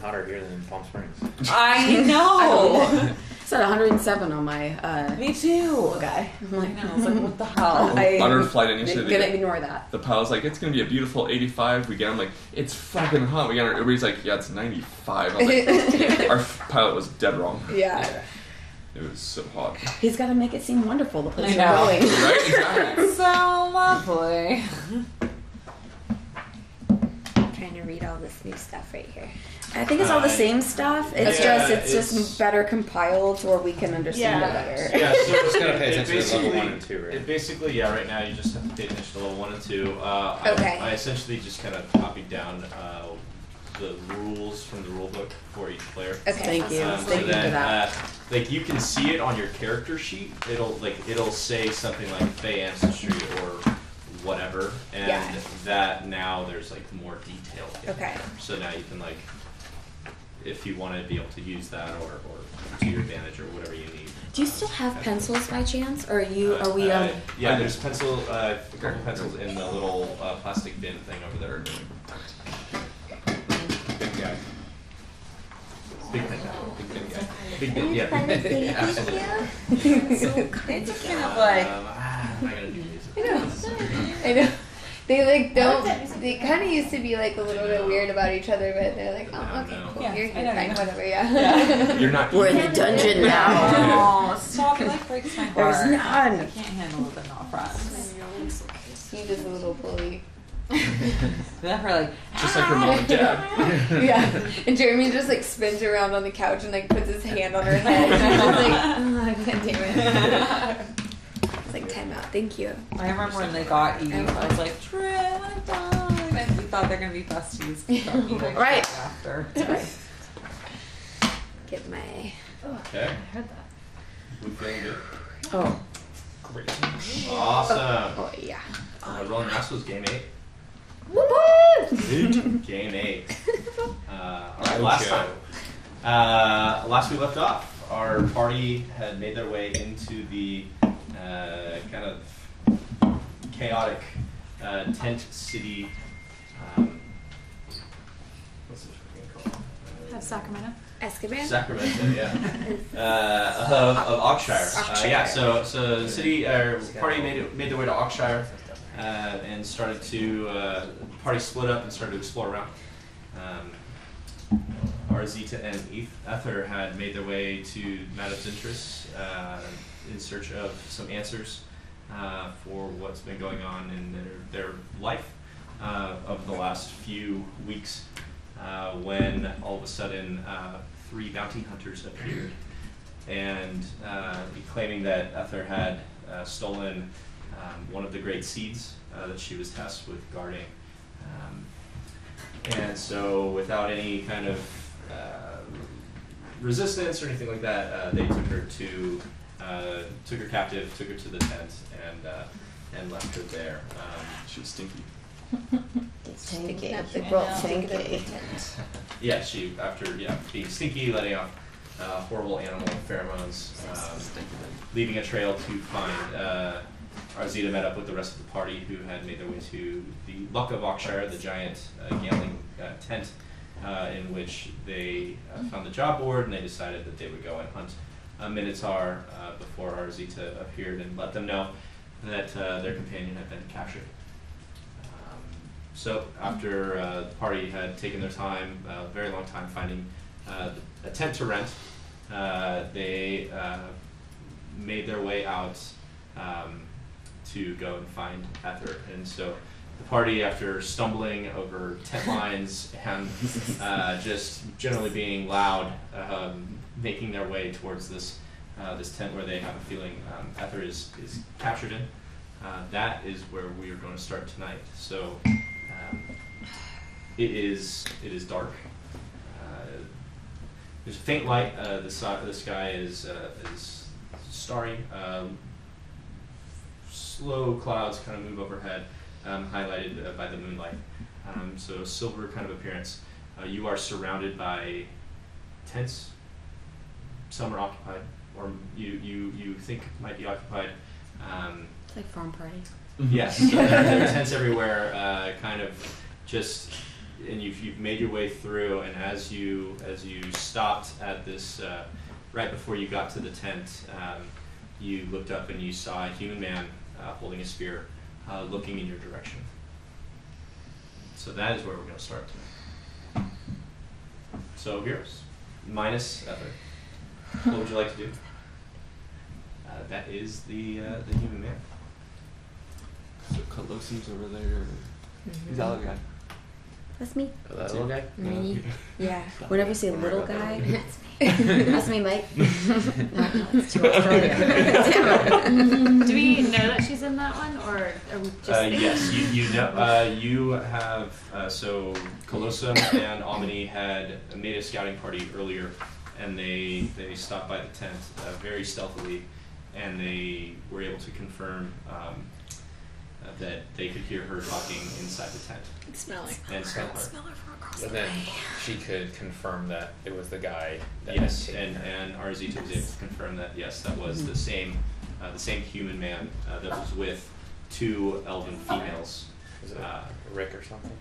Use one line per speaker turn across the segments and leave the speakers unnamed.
hotter here than in Palm Springs.
I know.
It's at 107 on my uh,
Me too.
guy. I'm
I
like,
know. It's like, what the hell?
I-
Modern flight initiative.
gonna ignore that.
The pilot's like, it's gonna be a beautiful 85. We get, I'm like, it's fucking hot. We get, our, everybody's like, yeah, it's 95. I'm like, our f- pilot was dead wrong.
Yeah,
It was so hot.
he's got to make it seem wonderful. The
I
place
know.
we're going.
Right? Exactly.
So lovely.
I'm trying to read all this new stuff right here.
I think it's all the
Uh,
same stuff. It's
yeah,
just it's,
it's-
just better compiled to where we can understand
Yeah.
it better.
Yeah, so it's
Just gotta
it-
pay
it
attention to level
basically-
one and two, right?
It
basically, yeah, right now you just have to pay attention to level one and two. Uh,
Okay.
I, I essentially just kind of copied down uh, the rules from the rulebook for each player.
Okay.
Thank you.
Um, so
Thank you
then,
for that.
Uh, like you can see it on your character sheet. It'll like it'll say something like Fey ancestry or whatever, and
Yeah.
that now there's like more detail. in
Okay.
there. So now you can like, if you want to be able to use that or, or to your advantage or whatever you need.
Do you still have pencils by chance, or are you?
Uh,
Are we?
uh,
Um,
yeah,
I-
there's pencil, uh, a couple pencils in the little uh, plastic bin thing over there. Big guy. Big bin guy. Big bin guy. Big bin, yeah. big bin. Yeah, absolutely.
it's
Oh,
kind
Um, ah, I'm not gonna do this.
I know. They like don't. They kind of used to be like oh, a little bit weird about each other, but they're like,
I
oh, okay,
know.
cool.
Yeah,
you're,
I
you're
don't
fine,
know.
whatever. Yeah.
You're not.
We're in the dungeon now.
Oh, stop! It like breaks my heart.
There's
I
none.
can't handle the not friends.
He's just a little bully.
They're like,
Just
Ah!
like your mom and dad.
yeah. And Jeremy just like spins around on the couch and like puts his hand on her head. And she's like, oh, God damn it. It's like time out. Thank you.
I remember when they got Eve, I was like, Trip, I'm done. And we thought they're gonna be besties. We got Eve and
Right.
Trip After.
Get my.
Okay. We feeling good.
Oh,
Great. Awesome.
oh yeah.
Uh, Rolling Rats was game eight. Game eight. Uh, all right, last
Joe.
time. Uh, last we left off, our party had made their way into the uh, kind of chaotic uh, tent city. Um, what's this fucking called? Uh,
Have Sacramento.
Escobar.
Sacramento, yeah. uh, of, of Oxshire. Uh, yeah, so so the city uh, party made it, made their way to Oxshire uh, and started to uh, party split up and started to explore around. Um, Arzita and Eth- Ether had made their way to Madam's interests uh, in search of some answers uh, for what's been going on in their, their life uh, of the last few weeks uh, when all of a sudden uh, three bounty hunters appeared and uh, claiming that Ether had uh, stolen um, one of the great seeds uh, that she was tasked with guarding. Um, and so, without any kind of uh, resistance or anything like that, uh, they took her to uh, took her captive, took her to the tent, and uh, and left her there. Um,
She was stinky.
Stick it up the
I
rope.
know.
Stick it up the
Thank
tent.
yeah, she after yeah being stinky, letting off uh, horrible animal pheromones, um, leaving a trail to find. Uh, Arzita met up with the rest of the party who had made their way to the Luck of Oxshire, the giant uh, gambling uh, tent, uh, in which they uh, found the job board and they decided that they would go and hunt a minotaur uh, before Arzita appeared and let them know that uh, their companion had been captured. Um, so after uh, the party had taken their time, a very long time finding uh, a tent to rent, uh, they uh, made their way out um, to go and find Ether. And so the party, after stumbling over tent lines and uh, just generally being loud, um, making their way towards this uh, this tent where they have a feeling um, Ether is, is captured in. Uh, that is where we are going to start tonight. So um, it is it is dark. Uh, there's a faint light. Uh, the, si- the sky is uh, is starry. Um, slow clouds kind of move overhead, um, highlighted uh, by the moonlight. Um, so silver kind of appearance. Uh, you are surrounded by tents. Some are occupied, or you you you think might be occupied. Um,
It's like farm party.
Yes, so there, there are tents everywhere, uh, kind of just and you've, you've made your way through, and as you as you stopped at this, uh, right before you got to the tent, um, you looked up and you saw a human man uh, holding a spear, uh, looking in your direction. So that is where we're going to start tonight. So heroes, minus Ether. What would you like to do? Uh, that is the uh, the human man.
So Colossus over there. He's that little guy.
That's me.
Oh, That little guy?
Me. Yeah.
Whenever you say little
about
guy,
That's me. That's me, Mike. No, no, it's too
Do we know that she's in that one, or are we just?
Uh, yes, you, you know, uh, you have, uh, so Colossum and Omni had made a scouting party earlier, and they, they stopped by the tent uh, very stealthily, and they were able to confirm um, uh, that they could hear her talking inside the tent
Smelling.
and smell her.
And then she could confirm that it was the guy that had
Yes,
taken
and,
her.
and Arzita was able to confirm that, yes, that was the same, uh, the same human man uh, that was with two elven females.
Was it
Uh,
Rick or something?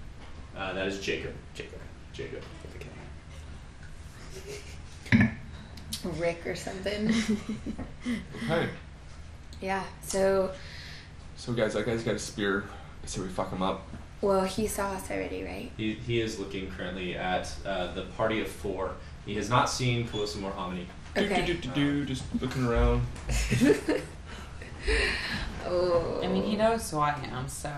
Uh, that is Jacob.
Jacob.
Jacob.
with a K.
Rick or something.
Okay.
Yeah. So,
So guys, that guy's got a spear. I say we fuck him up.
well, he saw us already, right?
He, he is looking currently at uh, the party of four. He has not seen Calissa or Hominy.
Okay.
Do, do, do, do, do, just looking around.
Oh.
I mean, he knows who I am, so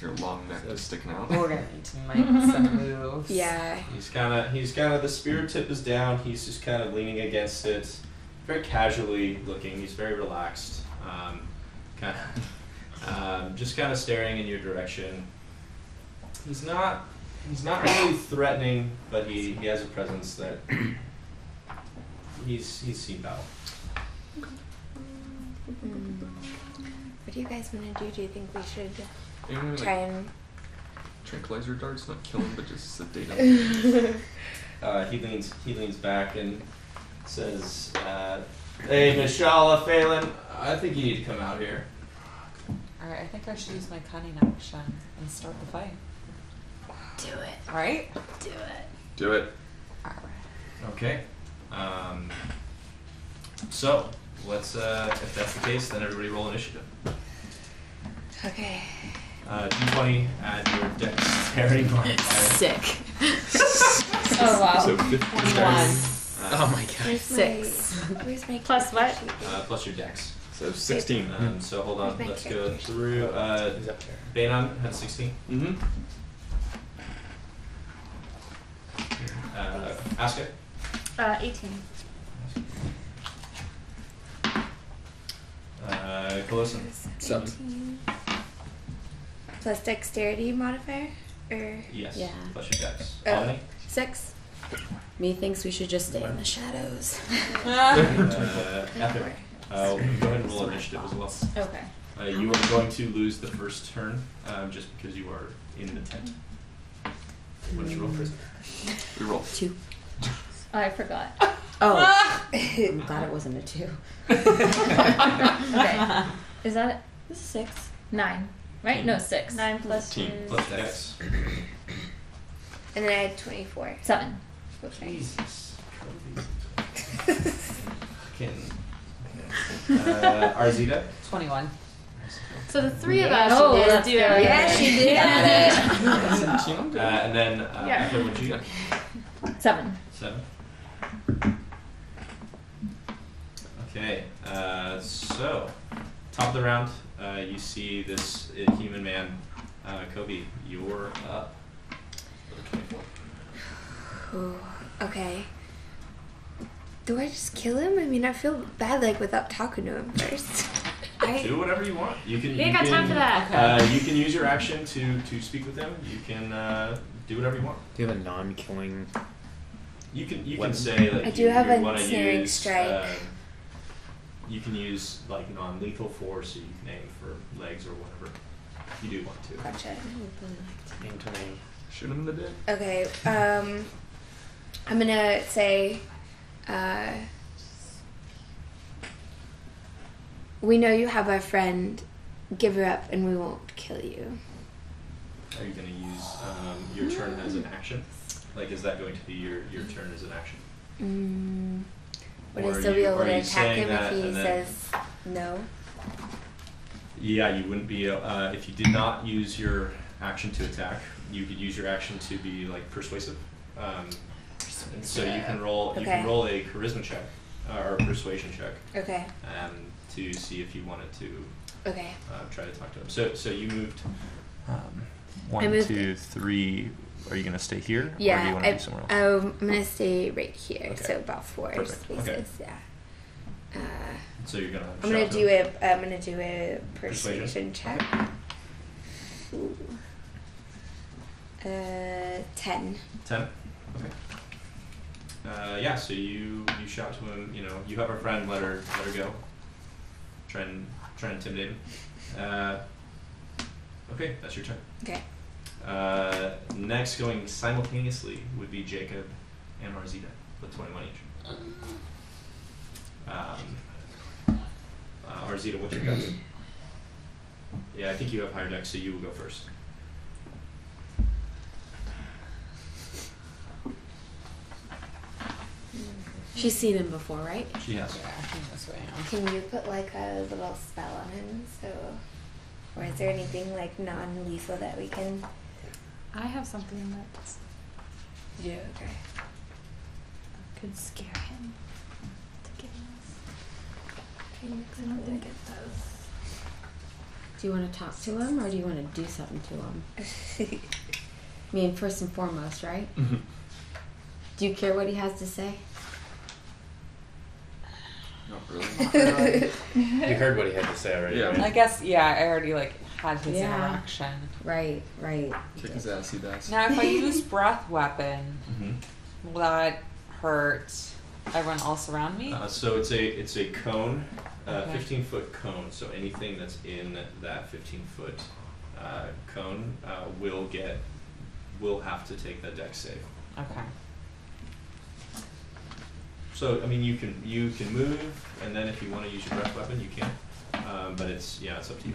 Your long neck just sticking out.
we're gonna need to make some moves.
Yeah.
He's kind of he's kind of the spear tip is down. He's just kind of leaning against it, very casually looking. He's very relaxed, um, kind of um, just kind of staring in your direction. He's not he's not really threatening, but he, he has a presence that he's he's seen battle.
What do you guys want to do? Do you think we should
Anyone have,
try
like
and?
tranquilizer darts, not kill him, but just sedate him.
Uh, he leans he leans back and says, uh, "Hey, Mishala Phelan, I think you need to come out here."
All right. I think I should use my cunning action and start the fight.
Do it.
All right.
Do it.
Do it.
All right.
Okay. Um, so let's uh, if that's the case, then everybody roll initiative.
Okay.
Uh, D20 add your dexterity modifier.
Sick.
Oh wow.
So 15
Twenty-one.
Uh,
Oh
Oh
my god.
Where's
Six.
My, where's my
Plus what?
character sheet?
uh, plus your dex.
So 16.
Um, so hold on,
Where's my
let's go
character?
through. Uh,
He's up there.
Banon had 16.
Mm-hmm.
Uh, Asuka.
Uh, eighteen.
Uh, Colossum.
Seven.
Seventeen. Plus dexterity modifier, or
Yes.
Yeah.
Plus your dex.
Oh.
Uh,
Omni.
six.
me thinks we should just stay in the shadows.
Uh, Ether. Uh, go ahead and roll initiative as well.
Okay.
Uh, you are going to lose the first turn um, just because you are in the tent. What did you roll, Chris?
We roll.
Two.
I forgot.
Oh,
Ah!
I'm glad it wasn't a two.
Okay. Is that this is six? Nine. Right? No, six.
Nine plus two.
Fifteen.
Plus dex.
And then I had twenty-four.
Seven.
Okay.
Jesus. Fucking. Uh, Arzita.
Twenty-one.
So the three of us
Yeah, she did.
should do everything.
Yeah, she did.
Uh, and then uh,
Yeah.
Ether, what'd you get?
Seven.
Seven. Okay, uh, so top of the round, uh, you see this uh, human man, uh, Kobe. You're up.
Ooh, okay. Do I just kill him? I mean, I feel bad like without talking to him first. I
Do whatever you want. You can.
We
you
ain't got
can,
time for that.
Uh, you can use your action to to speak with him. You can uh, do whatever you want.
Do you have a non killing.
You can you
Weapon.
can say like
I
you,
do have
you
a
wanna
snaring
use,
strike.
uh, you can use like non-lethal force, so you can aim for legs or whatever. You do want to.
gotcha.
Name to name?
Shoot him in the dick.
Okay. Um, I'm gonna say. Uh, we know you have our friend. Give her up, and we won't kill you.
Are you going to use um, your turn as an action? Like, is that going to be your, your turn as an action?
Mm, would
Or
I
are
still be
you-
able
are
to
you
attack
saying
him if
that
he
and then-
says no?
Yeah, you wouldn't be uh, if you did not use your action to attack. You could use your action to be like persuasive. Um, and so you can roll. You
Okay.
can roll a charisma check uh, or a persuasion check
Okay.
um, to see if you wanted to
Okay.
uh, try to talk to him. So, so you moved. Um,
I
one,
moved-
two, three. Are you going to stay here, or do you
Yeah.
want to
I,
be somewhere else?
um, I'm gonna stay right here,
Okay.
so about four
Perfect.
spaces.
Okay.
Yeah. Uh,
so you're going to.
I'm gonna do a. I'm gonna do a persuasion
Persuasion?
check. Ooh. Uh, ten.
Ten. Okay. Uh, yeah. So you you shout to him. You know, you have a friend. Let her let her go. Try and try and intimidate him. Uh, okay, that's your turn.
Okay.
Uh, next, going simultaneously would be Jacob and Marzita with twenty-one each. Um, uh, Marzita, what's your guess? Yeah, I think you have higher deck, so you will go first.
She's seen him before, right?
She has.
I think that's what I am.
Can you put like a little spell on him? So, or is there anything like non-lethal that we can?
I have something that
Yeah. Okay.
could scare him to give us. I don't think it does.
Do you want to talk to him or do you want to do something to him? I mean, first and foremost, right?
Mhm.
Do you care what he has to say?
Not really.
You heard what he had to say already.
Yeah.
right?
I guess yeah. I already like had his
Yeah.
interaction.
Right, right.
Kick his ass, he dies.
Now, if I use breath weapon,
Mm-hmm.
will that hurt everyone else around me?
Uh, so it's a it's a cone, uh,
Okay.
fifteen foot cone. So anything that's in that fifteen foot uh, cone uh, will get will have to take the deck save.
Okay.
So I mean you can you can move, and then if you want to use your breath weapon, you can. Um, but it's yeah, it's up to you.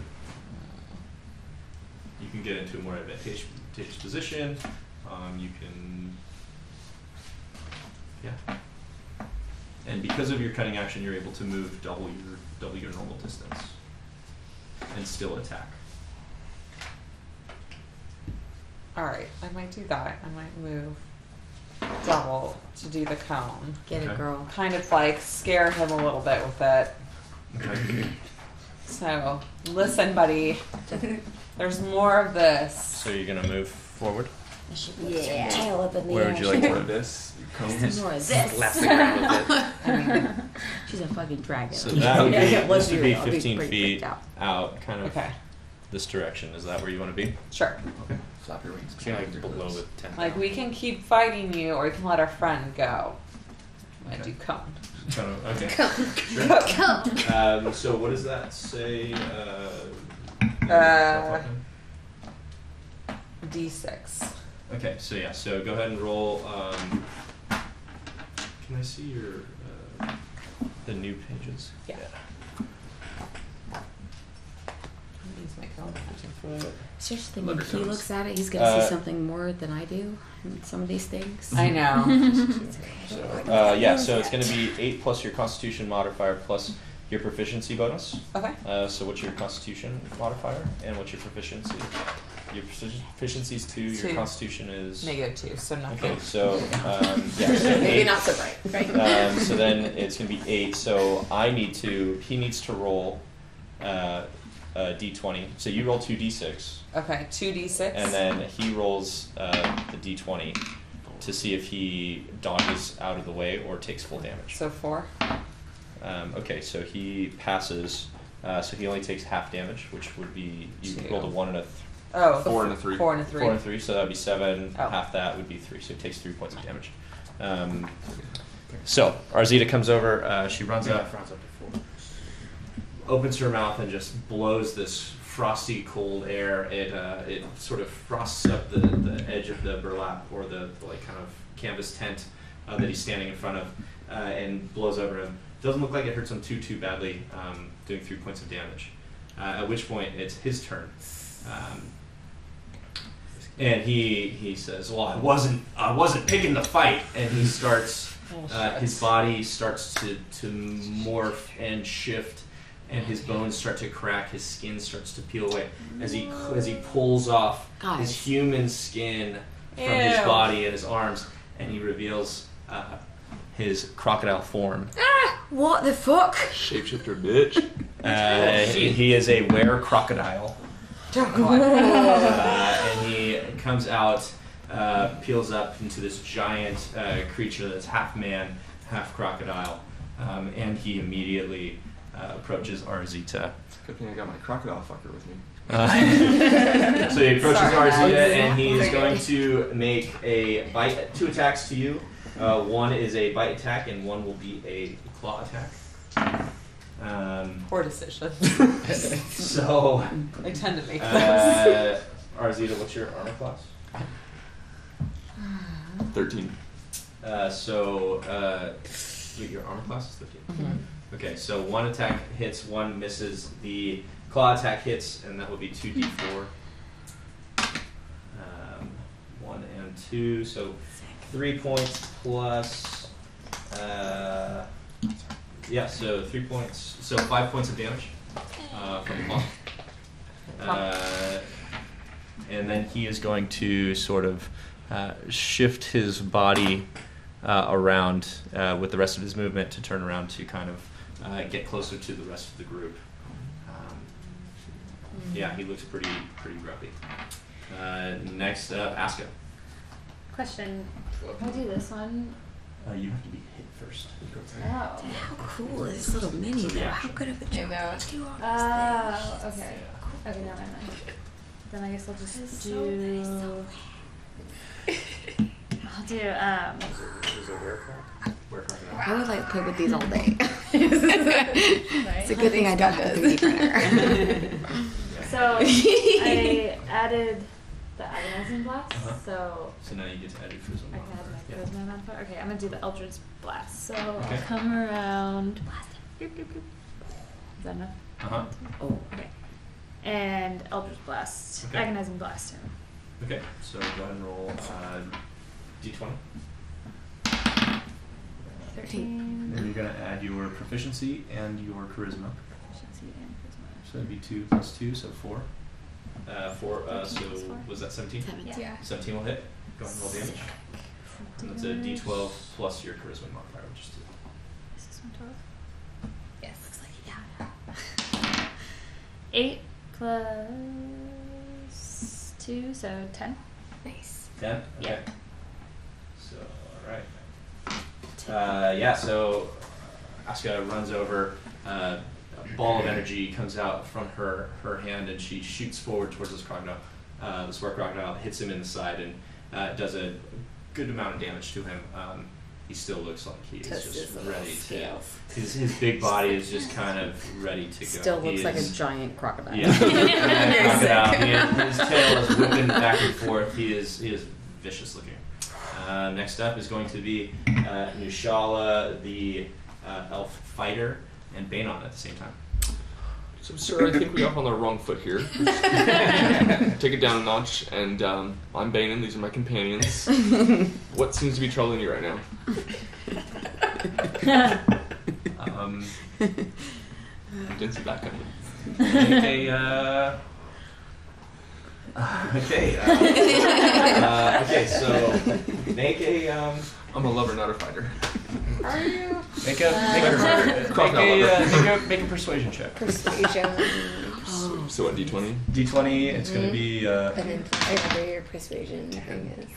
You can get into a more advantageous advantageous position. Um, you can yeah. And because of your cutting action, you're able to move double your double your normal distance, and still attack.
All right. I might do that. I might move double to do the cone.
Get
Okay.
it, girl.
Kind of like scare him a little bit with it. So listen, buddy. There's more of this.
So you're gonna move forward.
I should lift
Yeah.
your tail up in the
Where
air.
would you like
Or
to
this
Some
cones.
more of this.
slap the ground with it?
I mean, she's a fucking dragon.
So that would be,
Yeah, it was
this would be
real. I'd be
15
pretty
feet
freaked out.
out, kind of
Okay.
this direction. Is that where you want to be?
Sure.
Flap your wings.
Can like blow the tent
Like
down?
we can keep fighting you, or we can let our friend go. I do cone.
Kind of, okay. Sure. um, so what does that say? Uh, in the
Uh,
weapon?
D6.
okay, so yeah, so go ahead and roll. Um, can I see your uh, the new pages?
Yeah. I'm gonna use my cone action for it.
Seriously,
Look
when
at
he
those.
looks at it, he's gonna
Uh,
see something more than I do in some of these things.
I know.
So, uh, yeah, so it's going to be eight plus your Constitution modifier plus your proficiency bonus.
Okay.
Uh, so what's your constitution modifier and what's your proficiency? Your profici- proficiency is two, your
Two.
constitution is.
Negative two, so nothing.
Okay, so, um, yeah, so
Maybe
eight.
not so bright.
Um, so then it's gonna be eight, so I need to, he needs to roll, uh, a D twenty. So you roll two D six,
Okay, two D6.
and then he rolls, uh, the D twenty to see if he dodges out of the way or takes full damage.
so four.
Um, okay, so he passes. Uh, so he only takes half damage, which would be you
Two.
rolled a one and a th-
Oh,
Four and a three.
Four and a three.
four and a three, so that would be seven.
Oh.
Half that would be three, so it takes three points of damage. Um, so Arzita comes over. Uh, she runs up, runs up to four, opens her mouth and just blows this frosty, cold air. It uh, it sort of frosts up the, the edge of the burlap or the, the like kind of canvas tent uh, that he's standing in front of, uh, and blows over him. Doesn't look like it hurts him too too badly, um, doing three points of damage. Uh, at which point it's his turn. Um, and he he says, "Well, I wasn't I wasn't picking the fight," and he starts uh, his body starts to to morph and shift, and his bones start to crack, his skin starts to peel away as he as he pulls off his
Guys.
human skin from his
Ew.
body and his arms, and he reveals uh, his crocodile form.
What the fuck?
Shapeshifter bitch.
Uh,
Oh,
he, he is a were crocodile. uh, and he comes out, uh, peels up into this giant uh, creature that's half man, half crocodile, um, and he immediately uh, approaches Arzita.
Good thing I got my crocodile fucker with me.
Uh, so he approaches
Sorry, Alex.
Arzita, and he is going to make a bite, two attacks to you. Uh, one is a bite attack, and one will be a claw attack. Um,
Poor decision.
so,
I tend to make those.
uh, Arzita, what's your armor class?
Thirteen.
Uh, so uh, wait, your armor class is 15. Okay, so one attack hits, one misses. The claw attack hits, and that would be 2d4. Um, one and two, so three points plus. Uh, yeah, so three points. So five points of damage uh, from the claw. Uh, and then he is going to sort of uh, shift his body uh, around uh, with the rest of his movement to turn around to kind of uh, get closer to the rest of the group. Um,
Mm.
yeah, he looks pretty pretty grumpy. Uh, next up, Aska.
Question. Can I do this one?
Uh, you have to be hit first.
Oh.
How cool is this little mini though? How good of a job do you want?
Oh, okay. Okay, no, never mind. Then I guess I'll just do. I'll do um.
I would like to play with these all day. it's a good thing I don't have a cookie printer.
So I added the agonizing blast.
Uh-huh.
So
So now you get to add your charisma
I can
modifier.
add
Yeah.
my charisma modifier. Okay, I'm gonna do the Eldritch blast. So
Okay.
I'll come around. Boop, boop, boop. Is that enough?
Uh-huh.
And Eldritch blast,
Okay.
agonizing blast. him.
Okay, so go ahead and roll uh, d20.
Thirteen.
And you're going to add your proficiency and your charisma.
Proficiency and charisma.
So that'd be 2 plus 2, so 4. Uh, 4, uh, so
Fourteen plus four.
was that 17?
Yeah.
yeah.
17 will hit. Go ahead and roll damage. And that's a d12 plus your charisma modifier, which is 2.
Is this one twelve?
Yes. Looks like yeah.
Eight plus two, so ten.
Nice.
10?
Yeah.
Okay. So, alright. Uh, yeah, so Asuka runs over. Uh, a ball of energy comes out from her, her hand and she shoots forward towards this crocodile. Uh, this war crocodile hits him in the side and uh, does a good amount of damage to him. Um, he still looks like he is
Toast
just
his little
ready to.
scales.
His, his big body is just kind of ready to go.
Still
He
looks like a
is-
giant crocodile.
yeah.
You're sick.
Crocodile. He is- uh, his tail is whipping back and forth. He is he is vicious looking. Uh, next up is going to be uh, Nushala, the uh, elf fighter, and Banon at the same time.
So, sir, I think we got on the wrong foot here. Take it down a notch, and um, I'm Banan. These are my companions. what seems to be troubling you right now?
Um,
I didn't see that coming.
okay. Uh, okay. Uh, uh, okay. So make a um,
I'm a lover, not a fighter.
make a make a, Uh, make
Crocodile
a,
lover.
uh, make a, make a persuasion check.
Persuasion.
So, so what? D20.
D twenty. It's gonna be. Uh,
And then I remember your persuasion thing is.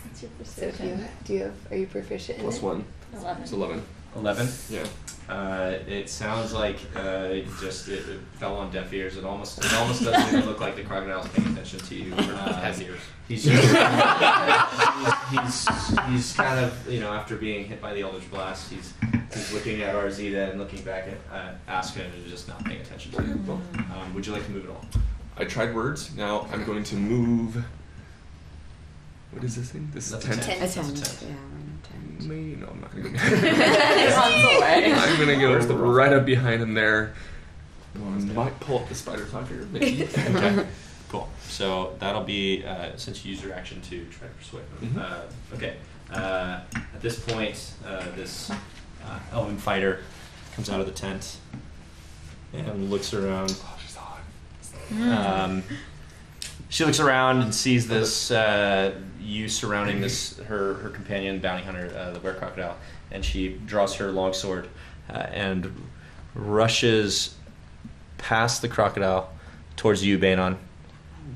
So if you do you have are you proficient in
Plus
it?
one.
Eleven.
It's eleven.
11.
Yeah.
Uh, it sounds like uh, it just it, it fell on deaf ears. It almost it almost doesn't even look like the crocodile's paying attention to you. Uh,
Has ears.
He's just he's, he's he's kind of you know after being hit by the eldritch blast, he's he's looking at Arzita and looking back at uh, Asuka and just not paying attention to you.
Well,
Um, would you like to move at all?
I tried words. Now I'm going to move. What is this thing? This is
That's a
ten.
ten.
A ten.
That's a
Yeah, we're in
Me? No, I'm not gonna go.
It runs away.
I'm gonna go
Where's the roll?
right up behind him there. Might pull up the spider fighter, maybe.
Okay. Cool. So that'll be uh, since you use your action to try to persuade them.
Mhm.
Uh, okay. Uh, at this point, uh, this uh, elven fighter comes out of the tent and looks around. Um, she looks around and sees this uh, you surrounding this her her companion bounty hunter, uh, the werewolf crocodile, and she draws her longsword uh, and rushes past the crocodile towards you, Banon,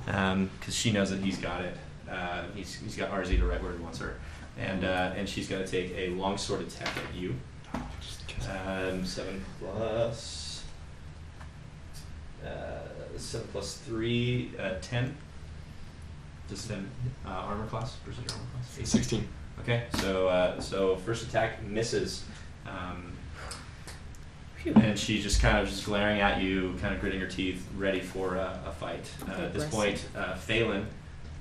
because she knows that he's got it. Uh, he's, he's got RZ to right where he wants her, and uh, and she's going to take a longsword attack at you. Um, seven plus. Uh, seven plus three, uh, ten. Does ten uh, armor class versus your armor class?
16.
Okay, so uh, so first attack misses, um, and she's just kind of just glaring at you, kind of gritting her teeth, ready for a, a fight. Uh, at this point, uh, Phelan,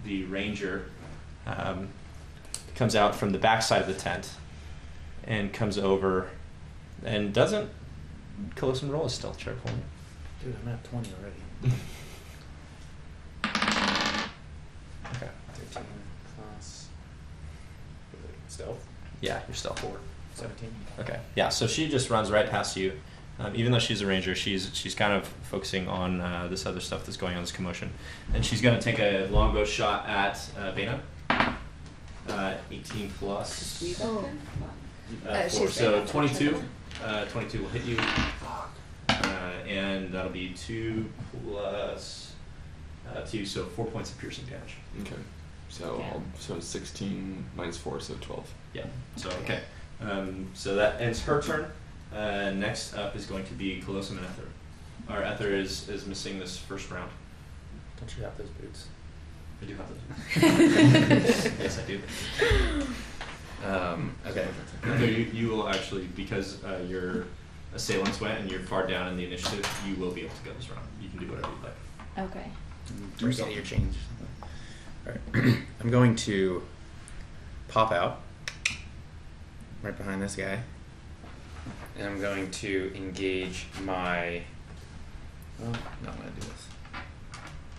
the ranger, um, comes out from the backside of the tent and comes over and doesn't. Colossum roll a stealth check for me.
Dude, I'm at 20 already.
Okay.
13 plus. Stealth?
Yeah, you're stealth four.
17.
Okay. Yeah. So she just runs right past you. Um, even though she's a ranger, she's she's kind of focusing on uh, this other stuff that's going on, this commotion, and she's gonna take a longbow shot at uh, Vena. Uh, 18 plus
Oh.
uh,
Uh,
four,
she's
so
Vena.
22. Uh, 22 will hit you, uh, and that'll be two plus uh, two, so four points of piercing damage.
Okay. So I'll- so 16 minus 4, so 12.
Yeah. So okay. Um, so that ends her turn. Uh, next up is going to be Colossum and Ether. Our Ether is, is missing this first round.
Don't you have those boots?
I do have those. yes, I do. Um, okay. Ether, you, you will actually because uh, your assailants went and you're far down in the initiative. You will be able to go this round. You can do whatever you'd like.
Okay.
Or say your change. Alright. I'm going to pop out right behind this guy.
And I'm going to engage my.
Well, no, I'm going to do this.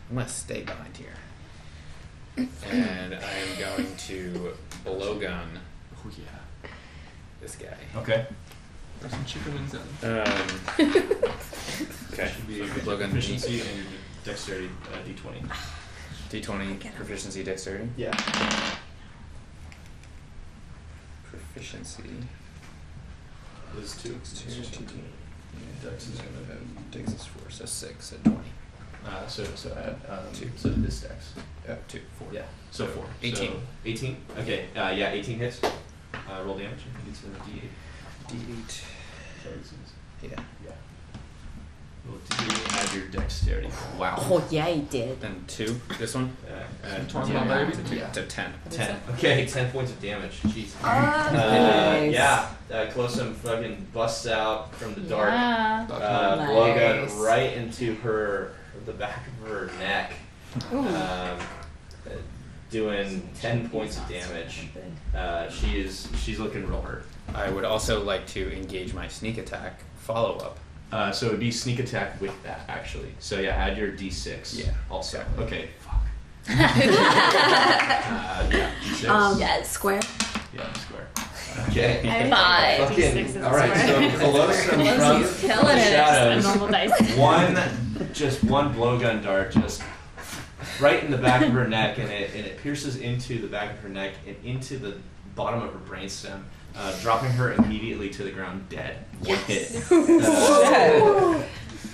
I'm going to stay behind here.
And I'm going to blowgun
Oh, yeah.
this guy.
Okay.
There's some chicken wings out there.
Um, okay.
Should be
so I'm gonna
your
blowgun
proficiency and your dexterity uh, d20.
D20 proficiency dexterity.
Yeah.
Proficiency.
Is two. Dex is gonna
Dex is four, so six at twenty.
Uh, so so add um,
Two.
So this dex.
Uh, two, four.
Yeah. So four.
18.
So Eighteen. Okay. Uh, yeah. Eighteen hits. Uh, roll damage. I think it's a D eight.
D8. Yeah.
Yeah. Roll D eight. Add your dexterity. Wow.
oh, yeah, he did.
And two, this one?
Uh, add
Torn
Yeah,
my
yeah,
baby.
To, two, to 10.
ten. Okay. Ten points of damage. Jeez.
Uh,
Ah,
Uh,
Nice.
yeah. Uh, Closum fucking busts out from the dark.
Yeah.
Uh,
Nice.
Blowgun right into her the back of her neck. Um, uh, doing ten points of damage. Uh, she is she's looking real hurt.
I would also like to engage my sneak attack follow up.
Uh, so it'd be sneak attack with that actually. So yeah, add your d6.
Yeah,
Also.
exactly.
Okay. Fuck. uh, yeah. D6.
Um,
Yes, square.
yeah. Square. Okay.
Five.
D6 is
Fucking. All right. So
square.
Colossus from
He's killing
the
it.
shadows.
A normal dice.
one just one blowgun dart just right in the back of her neck and it, and it pierces into the back of her neck and into the bottom of her brainstem uh, dropping her immediately to the ground dead one hit
Oh,
Uh,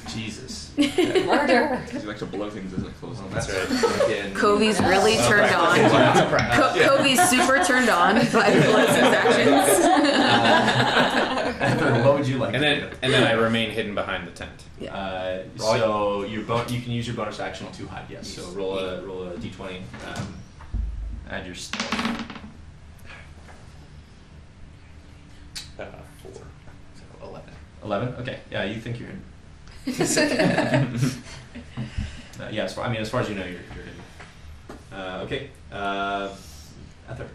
jesus
Murder.
'Cause you like to blow things as it closes.
Well, that's right Again,
Covey's really
Oh,
turned
That's
on.
right.
Co- Covey's super turned on by Melissa's actions.
Uh, what would you
And
like to
then
do?
and then I remain hidden behind the tent.
Uh, so your bon- you can use your bonus action to hide. Yes. So roll a roll a d20. Um, add your stealth.
Uh, four.
So eleven. Eleven. Okay. Yeah, you think you're. in. uh, yeah. As far, I mean, as far as you know, you're. you're in. Uh, okay. Uh, Ether.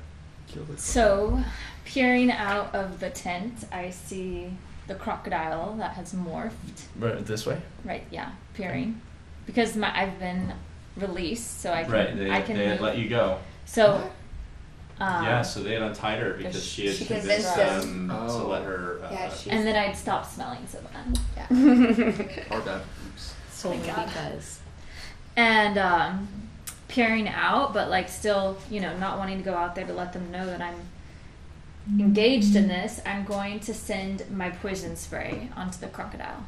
Kill this.
So, peering out of the tent, I see the crocodile that has morphed.
This way.
Right, yeah, peering. Because my I've been release, so I can
right, they,
I can
they had
leave.
let you go.
So, um,
yeah, so they had untied her because she had
she
convinced
convinced
them
them.
to
Oh.
let her. Uh,
Yeah, she-
and then I'd stop smelling so bad.
Hard that.
my
solely
God.
because
and um, peering out, but like still, you know, not wanting to go out there to let them know that I'm engaged in this. I'm going to send my poison spray onto the crocodile.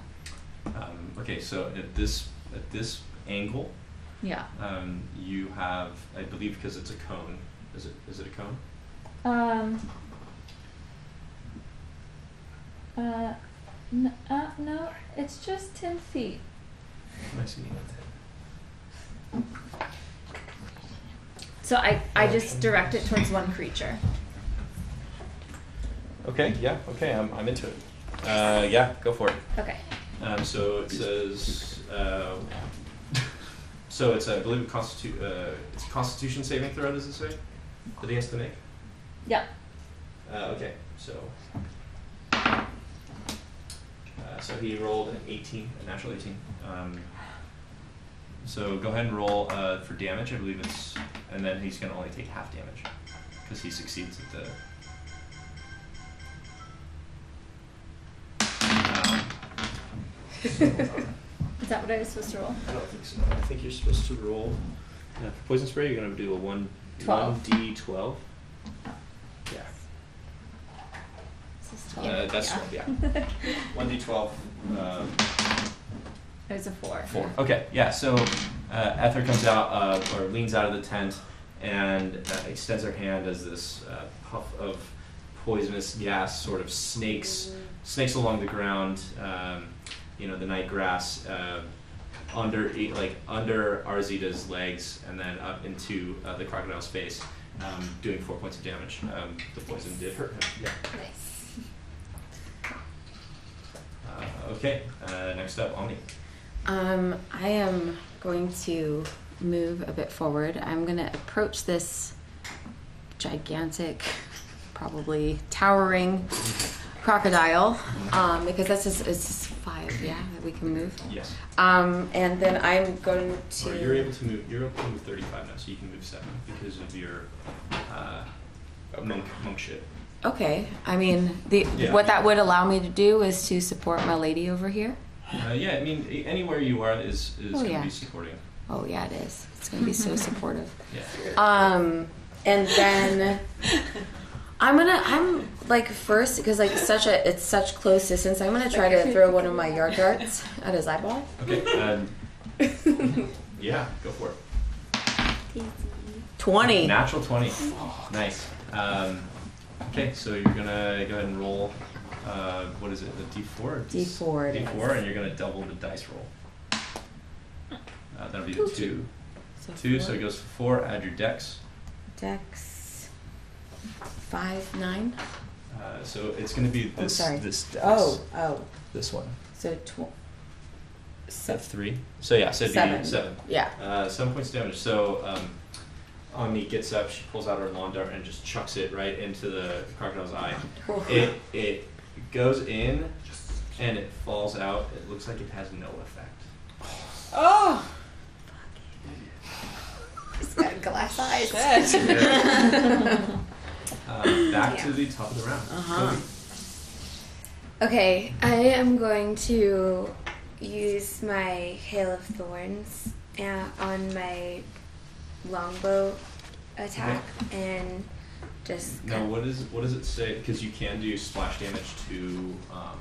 um, okay, so at this at this angle,
Yeah.
um, you have, I believe, because it's a cone. Is it is it a cone?
Um. Uh, n- uh, no, it's just ten feet.
I see.
So I, I just direct it towards one creature.
Okay, yeah, okay, I'm, I'm into it. Uh, yeah, go for it.
Okay.
Um, so it says, uh, so it's, I believe, a constitu- uh, it's a constitution saving throw, does it say? That he has to make?
Yep.
Uh, okay, so. Uh, so he rolled an 18, a natural 18. Um, so go ahead and roll uh, for damage, I believe it's, and then he's going to only take half damage because he succeeds at the. Um,
Is that what I was supposed to roll?
I don't think so. I think you're supposed to roll. Yeah, for poison spray, you're going to do a 1
Twelve.
d 12. Yeah.
This is
Uh,
12.
that's
yeah.
yeah. One d twelve. Um,
It was a four.
Okay, yeah. So uh, Ether comes out uh, or leans out of the tent and uh, extends her hand as this uh, puff of poisonous gas sort of snakes snakes along the ground. Um, you know, the night grass uh, under like under Arzita's legs and then up into uh, the crocodile's face, um, doing four points of damage. Um, the poison did hurt him. Yeah.
Nice.
Uh, okay. Uh, next up, Omni.
Um, I am going to move a bit forward. I'm going to approach this gigantic, probably towering crocodile um, because that's just it's just five, yeah, that we can move.
Yes.
Um, and then I'm going to.
Or you're able to move. You're able to move 35 now, so you can move seven because of your uh, monk monk shit.
Okay, I mean, the
Yeah.
what that would allow me to do is to support my lady over here.
Uh, yeah, I mean a- anywhere you are is
Oh,
is going to
yeah.
be supporting.
Oh yeah, it is. It's gonna be so supportive.
Yeah.
Um, and then I'm gonna I'm like first because like such a it's such close distance. I'm gonna try to throw one of my yard darts at his eyeball.
Okay. Um, yeah, go for it.
Twenty.
Natural 20. Nice. Um, okay, so you're gonna go ahead and roll. Uh, what is it? The D4.
D4 it
D4,
is.
and you're gonna double the dice roll. Uh, that'll be the two. Two, so it goes to four. Add your dex.
Dex five nine.
Uh, so it's gonna be
Oh,
this.
sorry.
This. Dex.
Oh oh.
This one.
So tw- so
That's three. So yeah, so it'd
Seven.
be seven.
yeah.
Uh, seven points of damage. So um, Omni gets up, she pulls out her lawn dart and just chucks it right into the crocodile's eye. It it goes in and it falls out. It looks like it has no effect.
Oh,
She's got glass eyes.
shit.
Um, back to
Yeah.
the top of the round.
Uh-huh.
Okay, I am going to use my hail of thorns uh, on my longbow
Mm-hmm.
attack and just
Now what is what does it say? Because you can do splash damage to um,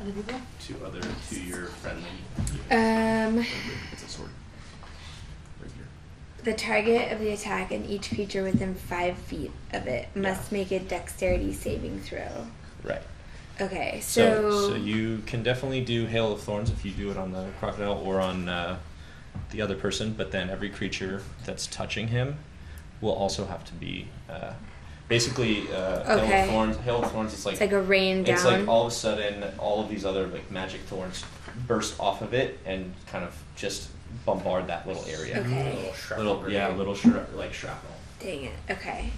Other people?
to other to your friendly.
Uh,
um
It's a sword. Right here.
the target of the attack and each creature within five feet of it must make a dexterity saving throw.
Right.
Okay, so,
So, so you can definitely do Hail of Thorns if you do it on the crocodile or on uh, the other person, but then every creature that's touching him will also have to be. Uh, basically, uh, Hail
Okay.
of Thorns. Hail of Thorns is like
it's like a rain down.
it's like all of a sudden all of these other like magic thorns burst off of it and kind of just bombard that little area.
Okay.
Little yeah, little shra- like shrapnel.
Dang it. Okay.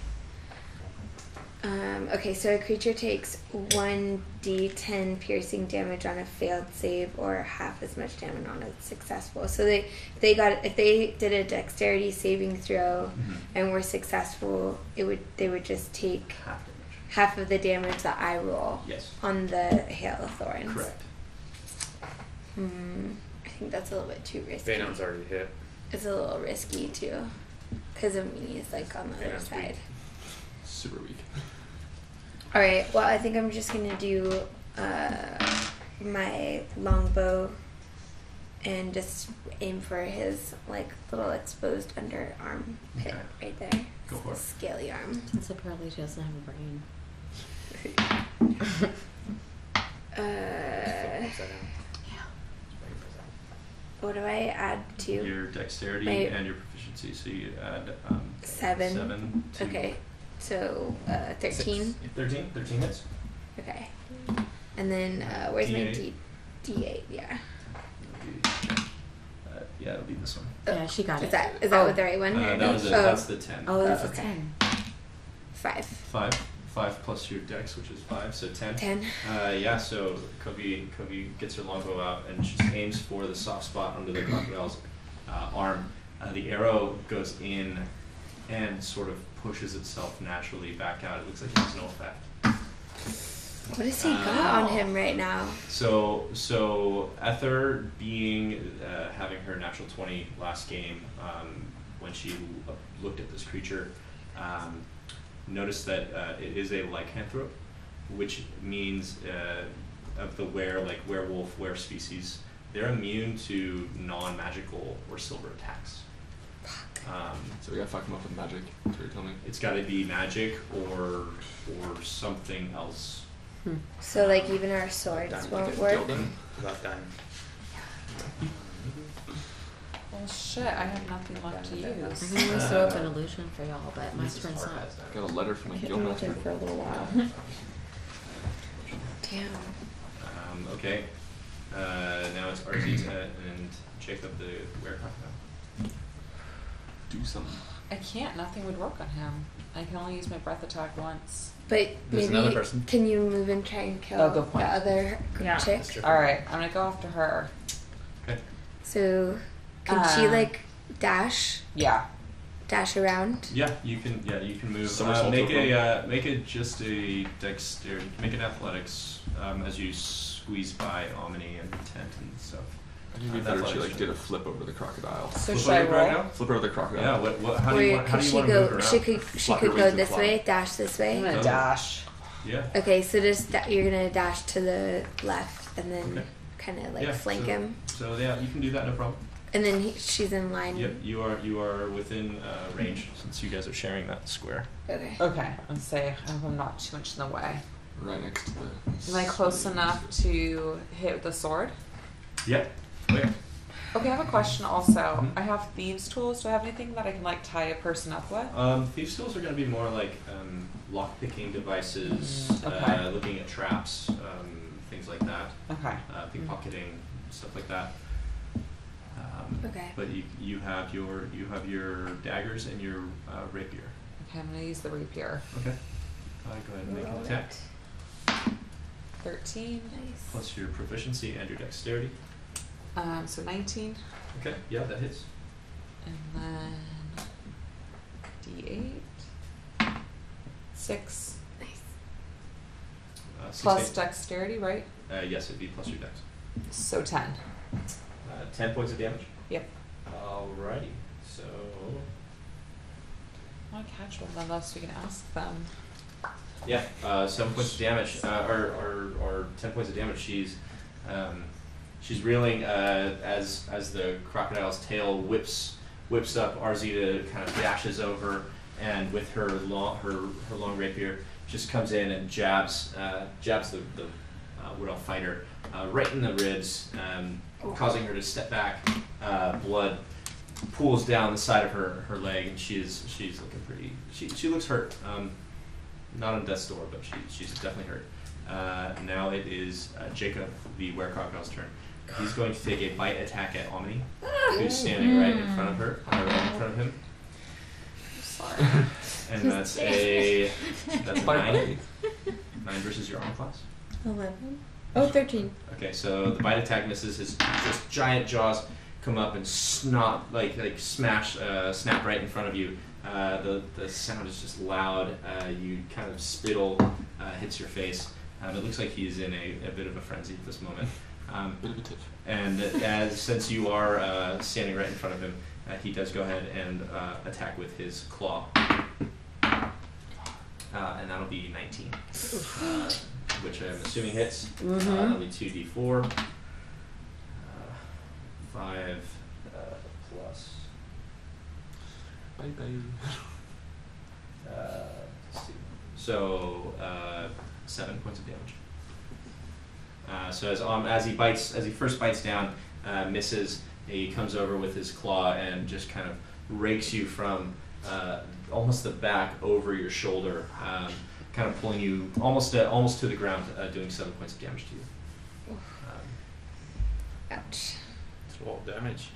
Um, okay, so a creature takes 1d10 piercing damage on a failed save or half as much damage on a successful. So they they got if they did a dexterity saving throw and were successful, it would they would just take
Half damage.
half of the damage that I roll
Yes.
on the hail of thorns.
Correct.
Hmm, I think that's a little bit too risky.
Venom's already hit.
It's a little risky too, because Amini is like on the other
Venom's
side.
weak.
Super weak.
All right. Well, I think I'm just gonna do uh, my longbow and just aim for his like little exposed underarm pit
Okay.
right there.
Go for it.
Scaly arm.
Since apparently she doesn't have a brain.
Uh, what do I add to?
Your dexterity
My-
and your proficiency, so you add um,
Seven.
Seven. to-
Okay. So uh, thirteen.
Six. Thirteen. Thirteen hits.
Okay. And then uh, where's my
D8?
D? D8. Yeah.
It'll be, uh, yeah, it'll be this one.
Yeah, she got
Is
it.
that is that
Oh.
what the right one?
Uh,
or
that
no?
was it.
oh,
That's the ten.
Oh, that's
Oh,
a
okay.
10.
five.
Five. Five plus your dex, which is five, so ten.
Ten.
Uh, yeah, so Kobe, Kobe gets her longbow out and she aims for the soft spot under the crocodile's uh, arm. Uh, the arrow goes in and sort of pushes itself naturally back out. It looks like it has no effect.
What has he
Wow.
got on him right now?
So, so Ether being uh, having her natural twenty last game, um, when she looked at this creature, um, noticed that uh, it is a lycanthrope, which means uh, of the were like werewolf were species. They're immune to non-magical or silver attacks. Um,
So we gotta fuck him up with magic. That's what you're telling me.
it's got to be magic or or something else.
So like even our swords
Done.
won't
Like a
work.
dildo.
About done.
Well, shit, I have nothing left to
I
use.
can always throw up an illusion for y'all, but my
This is
turn's
hard
not.
as that.
Got a letter from a
Can't do nothing
guildmaster.
for a little while.
Damn.
Um, okay. Uh, now it's Arzita and Jacob the werewolf.
Do something.
I can't. Nothing would work on him. I can only use my breath attack once.
But
There's
maybe
another person.
can you move and try and kill
Oh, good
the
point.
other
Yeah.
chick?
All right, I'm gonna go after her.
Okay.
So could she
Um,
like dash
Yeah.
dash around?
Yeah, you can. Yeah, you can move. Uh,
Somersault
make
over.
a uh, make it just a dexterity. Make an athletics um, as you squeeze by Omni and Tent and stuff.
It'd be
Uh,
better if
athletics.
she like did a flip over the crocodile.
So
Flip
should I
over right
roll?
now?
Flip over the crocodile.
Yeah. What, what, how do you
Where
want? How
could
do you
she
want to move
go?
around?
She could she
Flap your
could
wings
go
and
this
fly.
way, dash this
I'm
way.
gonna
Okay.
dash.
Yeah.
Okay, so just da- you're gonna dash to the left and then
Okay.
kind of like
yeah,
flank
so,
him,
So yeah, you can do that. No problem.
and then he, she's in line.
Yep. You are you are within uh, range since you guys are sharing that square.
Okay.
Oh.
Okay, I'll say I hope I'm not too much in the way.
Right next to the.
Am I close enough to hit with the sword?
Yep. Okay.
Okay, I have a question also. I have thieves' tools. Do I have anything that I can like tie a person up with?
Um, thieves' tools are going to be more like um, lock picking devices,
Mm, okay.
uh, looking at traps, um, things like that,
Okay.
uh, pickpocketing, stuff like that. Um,
Okay.
But you, you have your you have your daggers and your uh, rapier.
Okay, I'm gonna use the rapier.
Okay. Uh, go ahead and make an
Roll
attack
it.
Thirteen.
Nice.
plus your proficiency and your dexterity.
Um, so nineteen,
Okay. Yeah, that hits.
and then D eight. Six
Uh,
plus
16
dexterity, right?
uh, yes, it'd be plus your dex.
So ten.
Uh, ten points of damage.
Yep.
Alrighty. So
Why catch one of us? We can ask them.
Yeah, uh, seven points of damage, uh, or, or, or ten points of damage. She's um, she's reeling uh, as as the crocodile's tail whips whips up. Arzita kind of dashes over, and with her long her, her long rapier, just comes in and jabs uh, jabs the, the uh, wood elf fighter uh, right in the ribs, um, causing her to step back. Uh, blood pools down the side of her, her leg, and she's she's looking pretty. She she looks hurt. Um, not on death's door, but she, she's definitely hurt. Uh, now it is uh, Jacob, the werecrocodile's turn. He's going to take a bite attack at Omni,
Ah!
who's standing right in front of her, uh, right in front of him.
I'm sorry.
and that's a that's a
Bite
nine.
me.
Nine versus your armor class.
11. Oh, 13.
Okay, so the bite attack misses. His just giant jaws come up and snot like like smash uh, snap right in front of you. Uh, the the sound is just loud. Uh, you kind of spittle uh, hits your face. Um, it looks like he's in a, a bit of a frenzy at this moment. Um,
Bit of a tiff.
and as since you are uh, standing right in front of him, uh, he does go ahead and uh, attack with his claw, uh, and that'll be 19, uh, which I'm assuming hits.
Mm-hmm.
Uh, that'll be 2d4, uh, five uh, plus.
Bye bye.
Uh, let's see. So uh, seven points of damage. Uh, so as um, as he bites, as he first bites down, uh, misses. He comes over with his claw and just kind of rakes you from uh, almost the back over your shoulder, um, kind of pulling you almost uh, almost to the ground, uh, doing seven points of damage to you. Um,
Ouch.
It's a lot of damage.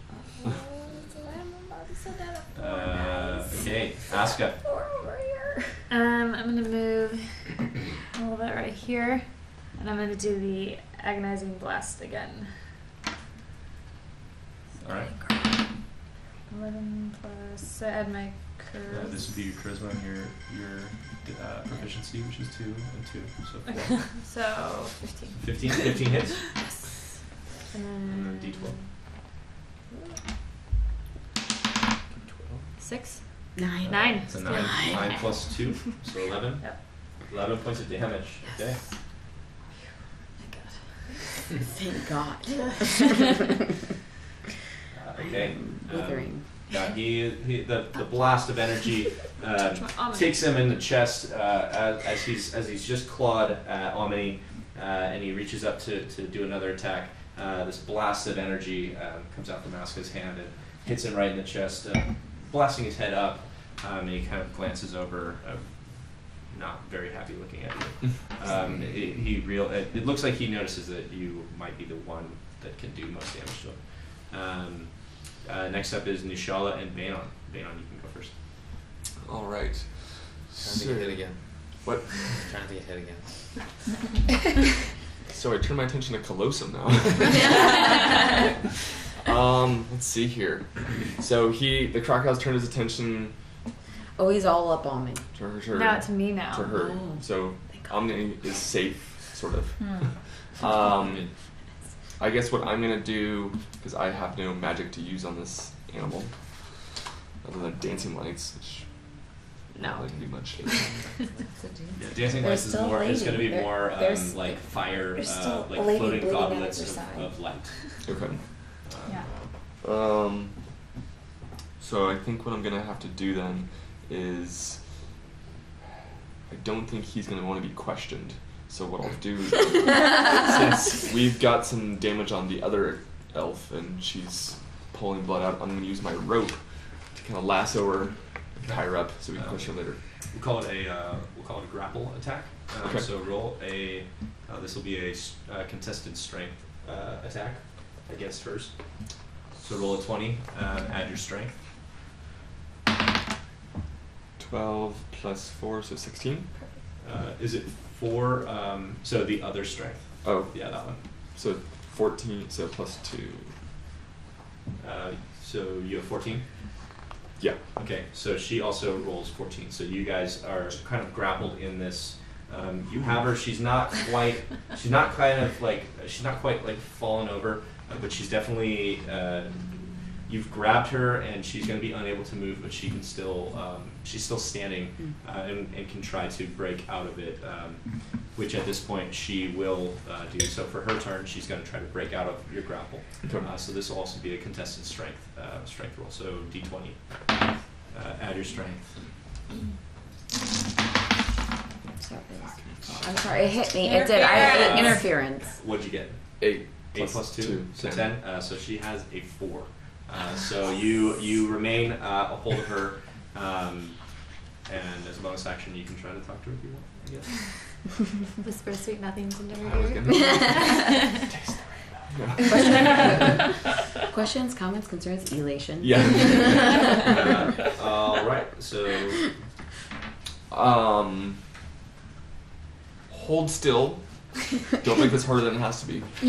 uh, okay, Asuka.
Um, I'm gonna move a little bit right here, and I'm gonna do the agonizing blast again.
All right.
Eleven plus. So add my
Uh,
curve.
this would be your charisma and your your uh, proficiency, which is two and two, so four.
Okay, so fifteen.
15, 15 hits. And
And then
then D12.
Six.
Nine.
Nine.
It's a nine. Nine plus two, so 11.
Yep.
11 points of damage. Okay.
Thank God.
Uh, okay. Um,
Withering.
yeah, he, he, the, the blast of energy uh,
Omni.
takes him in the chest uh, as, as he's as he's just clawed uh, Omni, uh, and he reaches up to, to do another attack. Uh, this blast of energy um, comes out from Aska's hand and hits him right in the chest, uh, blasting his head up. Um, and he kind of glances over, uh, not very happy looking at you. Um, he, he real. It, it looks like he notices that you might be the one that can do most damage to him. Um, uh, next up is Nishala and Banon. Banon, you can go first.
All right.
Trying to get hit
So-
again.
What?
Trying to get hit again.
So I turn my attention to Colossum now. um, let's see here. So he, the crocodile's turned his attention
Oh, he's all up on me.
to her. To her
Now it's me now.
to her.
Oh.
So
Thank God.
Omni is safe, sort of.
Hmm.
Um, I guess what I'm gonna do, because I have no magic to use on this animal, other than dancing lights, which
No.
really can do much.
Yeah, dancing
They're
lights is
still
more. It's
lady.
going to be
They're-
more
they're
um,
s-
like fire,
they're
uh,
still
like
lady
floating
bleeding out of
goblets
her
of,
side.
of light.
Okay.
Um,
Yeah.
Um, so I think what I'm gonna have to do then is I don't think he's gonna want to be questioned. So what I'll do, since we've got some damage on the other elf and she's pulling blood out, I'm gonna use my rope to kind of lasso her, tie her up, so we
Uh,
can question her later.
We'll call it a uh, we'll call it a grapple attack. Um,
Okay.
So roll a. Uh, this will be a s- uh, contested strength uh, attack against hers. So roll a twenty. Um, add your strength.
Twelve plus four, so sixteen.
Uh, is it four? Um, so the other strength.
Oh,
Yeah, that one.
so fourteen, so plus two.
Uh, so you have fourteen.
Yeah.
Okay, so she also rolls 14. So you guys are kind of grappled in this. Um, you have her. She's not quite. She's not kind of like. She's not quite like fallen over, uh, but she's definitely. Uh, you've grabbed her, and she's going to be unable to move, but she can still. Um, she's still standing, uh, and, and can try to break out of it. Um, which at this point she will uh, do. So for her turn, she's going to try to break out of your grapple.
Okay.
Uh, so this will also be a contested strength uh, strength roll. So d20. Uh, add your strength.
Sorry. I'm sorry. It hit me. It did. I had interference.
What'd you get?
Eight.
Eight plus, plus two, so ten. Uh, so she has a four. Uh, so you you remain uh, a hold of her, um, and as a bonus action, you can try to talk to her if you want. I guess.
Whisper sweet nothings into
I was
her
gonna. Taste the rainbow. Yeah.
Questions, comments, concerns, elation.
Yeah.
uh, all right. So
Um, hold still. Don't make this harder than it has to be.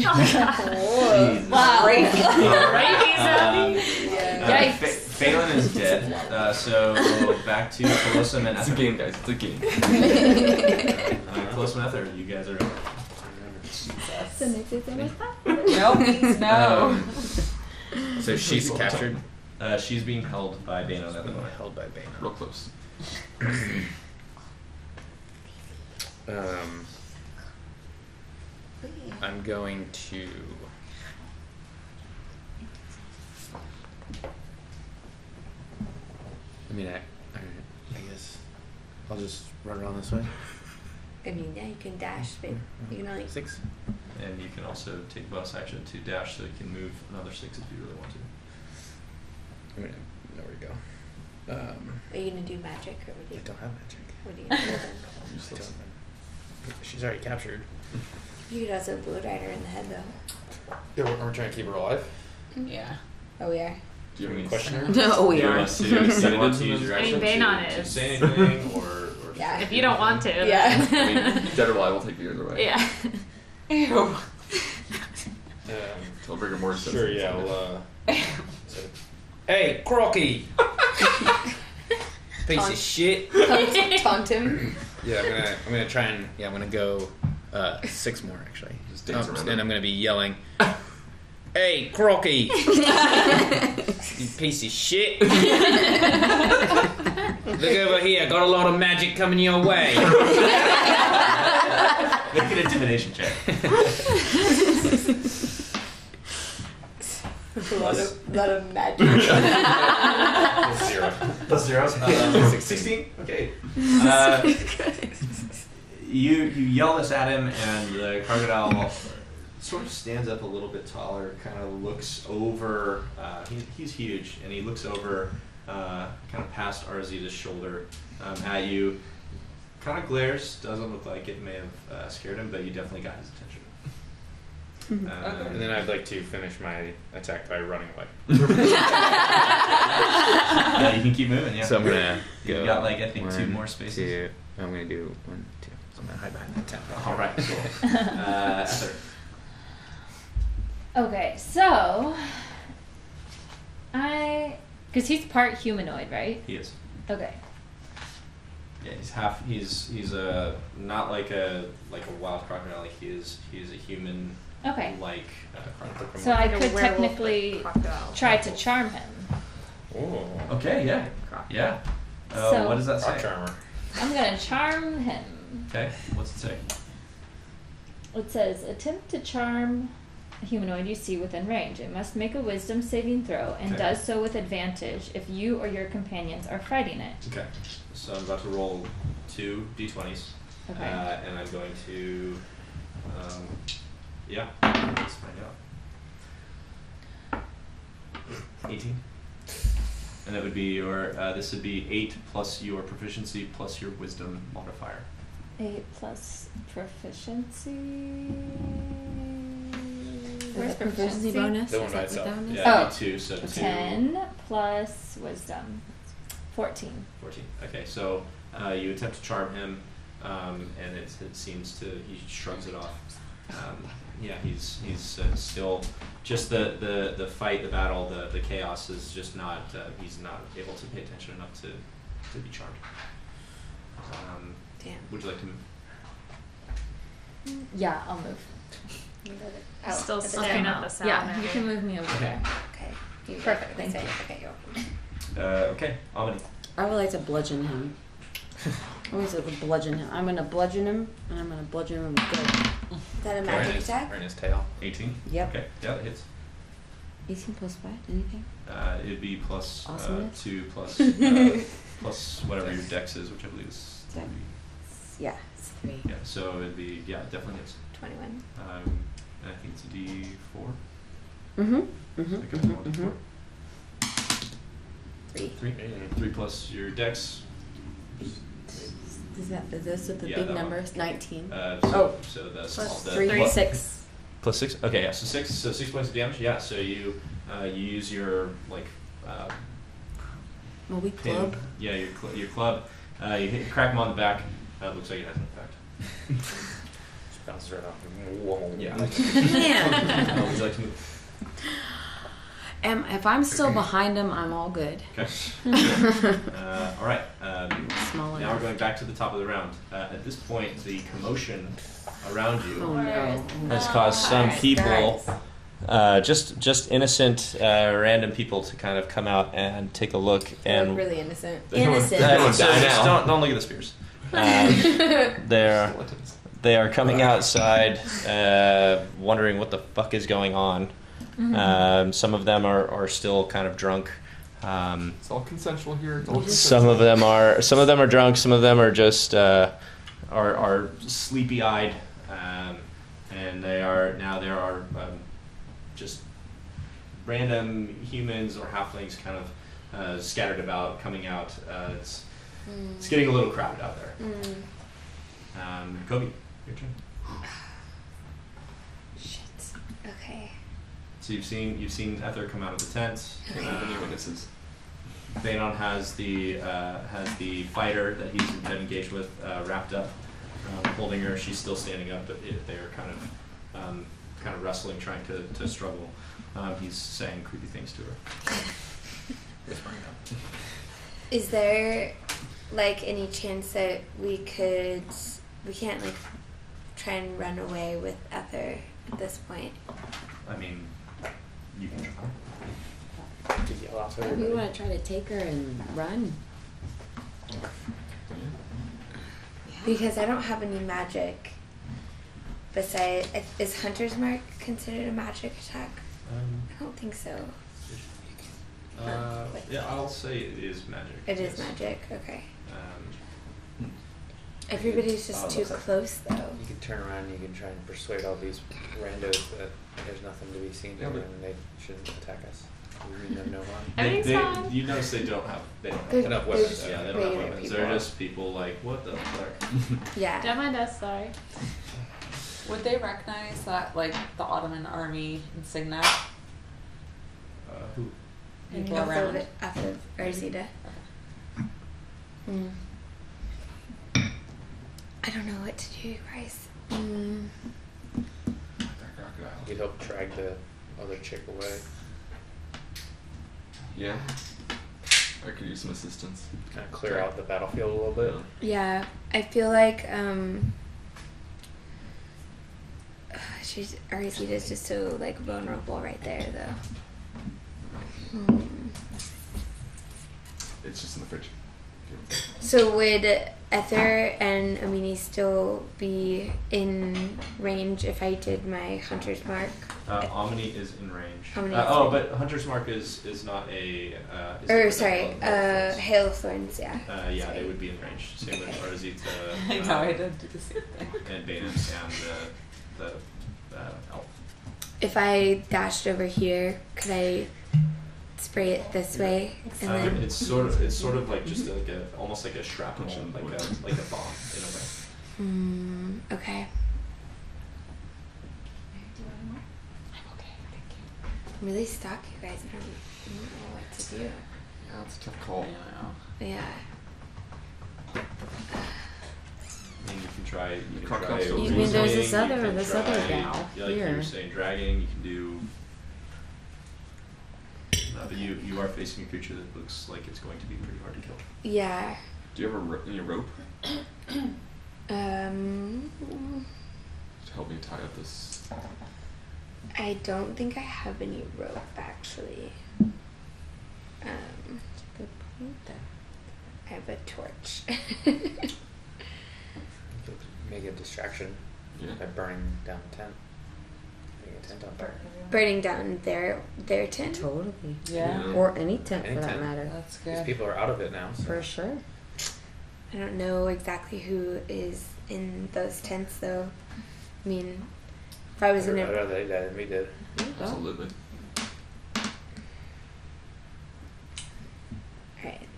Wow.
Uh, uh,
Yikes.
Fa- Phelan is dead, uh, so back to Colossus and
It's a
Ether.
game, guys. It's a game.
Uh, Colossus and Ether, you guys are.
No,
Oh.
means no.
Um,
Um, So she's captured,
Uh, she's being held by Banos at the moment.
held by Bane.
real close.
Um, I'm going to. I mean, I, I, I guess I'll just run around this way.
I mean, yeah, you can dash, but you can only
Six.
And you can also take bonus action to dash, so you can move another six if you really want to.
I mean, I know where to go. Um,
Are you gonna do magic or what do
I
you,
don't have magic.
what are you gonna do then?
I don't- She's already captured.
You could also blow dart her in the head though.
Yeah, we're, we're trying to keep her alive.
yeah.
Oh, we are.
Do you have any
Question her?
No, Oh, we
Do you
are.
want to, do you want to use your
I mean,
action
Banon
to, to
is-
say anything, or, or
Yeah.
If you don't want to. then-
Yeah.
I mean, dead or alive, we'll take you either way.
yeah.
Ew.
Um,
Till rigor mortis. says
sure,
it's
yeah.
okay.
Well, uh, so- hey, Crocky! Piece of shit.
Taunt him.
Yeah, I'm gonna I'm gonna try and yeah I'm gonna go uh, six more actually.
Just dance
Um,
around
and
it.
I'm gonna be yelling, "Hey, Crocky! you piece of shit! Look over here, got a lot of magic coming your way."
Make an intimidation check.
A lot of, lot of magic.
Zero.
Plus zeros. Um, Sixteen. Okay. Uh, you you yell this at him, and the crocodile sort of stands up a little bit taller. Kind of looks over. Uh, he, he's huge, and he looks over, uh, kind of past Arzita's shoulder um, at you. Kind of glares. Doesn't look like it may have uh, scared him, but you definitely got his attention. Um,
And then I'd like to finish my attack by running away.
yeah, uh, you can keep moving. Yeah.
So I'm gonna
You
go.
got, like, I think, two
one,
more spaces.
two- I'm gonna do one, two. So I'm gonna hide behind that tent.
All right. Cool. Uh, Ether.
Okay, so I because he's part humanoid, right?
He is.
Okay.
Yeah, he's half. He's he's a not like a like a wild crocodile. Like he is he is a human
Okay.
like uh, crocodile.
So I
Like a
could
werewolf, but
technically
crocodile.
try to charm him.
Ooh.
okay, yeah, yeah. Uh,
So-
what does that
Rock
say?
charmer.
I'm gonna charm him.
Okay, what's it say?
It says attempt to charm a humanoid you see within range. It must make a wisdom saving throw and
Okay.
does so with advantage if you or your companions are fighting it.
Okay, so I'm about to roll two d20s,
Okay.
uh, and I'm going to, um, yeah, let's find out. Eighteen. And that would be your. Uh, this would be eight plus your proficiency plus your wisdom modifier.
Eight plus proficiency. Where's
proficiency bonus?
That one
Is
by
that what
itself.
that one is?
Yeah,
Oh.
two, so two.
Ten plus wisdom. Fourteen.
14. Okay, so uh, you attempt to charm him, um, and it, it seems to he shrugs it off. Um, yeah, he's he's uh, still just the, the, the fight, the battle, the, the chaos is just not uh, he's not able to pay attention enough to, to be charmed. Um,
Damn.
would you like to move?
Yeah, I'll move.
Oh,
Still
at the
sucking
same-
up the sound.
yeah,
of
you
it.
can move me over there.
Okay.
Perfect, thank
Okay,
you.
Okay, you're welcome.
Uh, okay, Omni.
I would like to bludgeon him. I would like to bludgeon him. I'm gonna bludgeon him, and I'm gonna bludgeon him
Is
good.
that
Right
a
in
magic
his-
attack?
right in his tail.
18.
Yep.
Okay, yeah, that hits.
18 plus what? Anything?
Uh, it'd be plus uh,
Awesomeness?
2 plus, uh, plus whatever your dex is, which I believe is
Dex.
3.
Yeah, it's three.
Yeah, so it'd be, yeah, definitely hits.
21.
Um, I think it's a D4.
Mm-hmm.
So
Mm-hmm.
it goes one to four.
Three.
Three. Three plus your dex.
Is that is this with the
Yeah,
big
that one.
numbers? 19.
Uh, so,
Oh.
so the small
Plus
the
three,
plus-
six.
plus six. Okay, yeah. So six. So six points of damage. Yeah. So you uh, you use your like uh,
Well, we
pin.
club.
Yeah, your cl- your club Uh, you hit, crack him on the back. Uh, looks like it has an effect.
Just bounces right off. Whoa.
Yeah.
Man.
Uh, would you like to move?
Am, if I'm still behind him, I'm all good.
Okay. uh, all right. Um,
Small
now we're
enough.
going back to the top of the round. Uh, at this point, the commotion around you.
Oh no.
has caused some people, uh, just just innocent, uh, random people, to kind of come out and take a look and
really innocent.
Innocent.
Uh,
Everyone
so
die
just
now.
don't don't look at the spears. Um, they're they are coming outside, uh, wondering what the fuck is going on. Um, some of them are, are still kind of drunk. Um,
It's all consensual here. It's all
some
consensual.
of them are some of them are drunk. Some of them are just uh,
are, are sleepy eyed, um, and they are now there are um, just random humans or halflings kind of uh, scattered about coming out. Uh, it's, it's getting a little crowded out there. Um, Kobe, your turn.
Okay.
So you've seen you've seen Ether come out of the tent.
Can't have any witnesses.
Thanon has the uh, has the fighter that he's been engaged with uh, wrapped up, um, holding her. She's still standing up, but it, they are kind of um, kind of wrestling, trying to, to struggle. Um, he's saying creepy things to her.
Is there like any chance that we could we can't like try and run away with Ether at this point?
I mean, you can try.
We want to try to take her and run.
Because I don't have any magic. Besides, is Hunter's Mark considered a magic attack?
Um,
I don't think so.
uh, yeah, I'll say it is magic.
It is
yes.
magic. Okay.
Um,
Everybody's just
Oh,
too
looks like-
close though.
You can turn around and you can try and persuade all these randos that there's nothing to be seen
Yeah,
here
but-
and they shouldn't attack us. We mean them no harm.
they,
Everything's
they,
fine.
you notice they don't have they don't have
They're-
enough
they're
weapons,
just
yeah they don't have
regular
weapons.
people.
They're just people like what the fuck.
yeah.
Don't mind us, sorry.
Would they recognize that, like, the Ottoman army insignia?
Uh, who?
People
Off of-
around.
off of Arzita.
Mm-hmm.
I don't know what to do, guys.
You'd help drag the other chick away.
Yeah. I could use some assistance.
Kind of clear out the battlefield a little bit.
Yeah.
Yeah, I feel like um, she's Arzita's just so like vulnerable right there, though. Hmm.
It's just in the fridge.
So would Ether and Amini still be in range if I did my hunter's mark?
Uh, Omni is in range.
Omni
Uh,
is
oh,
in-
but Hunter's Mark is is not a. Uh, is
Or
different
sorry,
than
uh,
Bloodborne's.
hail of thorns. Yeah.
Uh, yeah,
sorry.
they would be in range. Same with Arzita.
I know, I did do the same thing.
And Banus and uh, the uh, elf.
If I dashed over here, could I spray it this way and
Um,
then?
it's sort of it's sort of like just like a almost like a shrapnel, like a like a bomb in a way.
Mm, okay. I'm really stuck, you guys. I don't, I don't know what to do.
Yeah, it's a tough call.
Yeah.
I mean, you can try. You can
Cocktail
try.
You
reasoning,
mean there's
this
you
other-
can
this other
try-
gal
yeah, like you were
here.
saying, dragging. You can do. Uh, but you you are facing a creature that looks like it's going to be pretty hard to kill.
Yeah.
Do you have a ro- any rope
Um,
to help me tie up this?
I don't think I have any rope actually. Um, good point though. I have a torch.
You could Make a distraction
Yeah.
by burning down the tent. Making a tent on fire.
Burning down their their tent.
Totally.
Yeah,
Yeah.
Or any tent
Any
for that
tent.
matter.
that's
These
good.
people are out of it now. So.
For sure.
I don't know exactly who is in those tents though. I mean, if I was
They're
in
better
a
at it than we did.
Absolutely.
alright.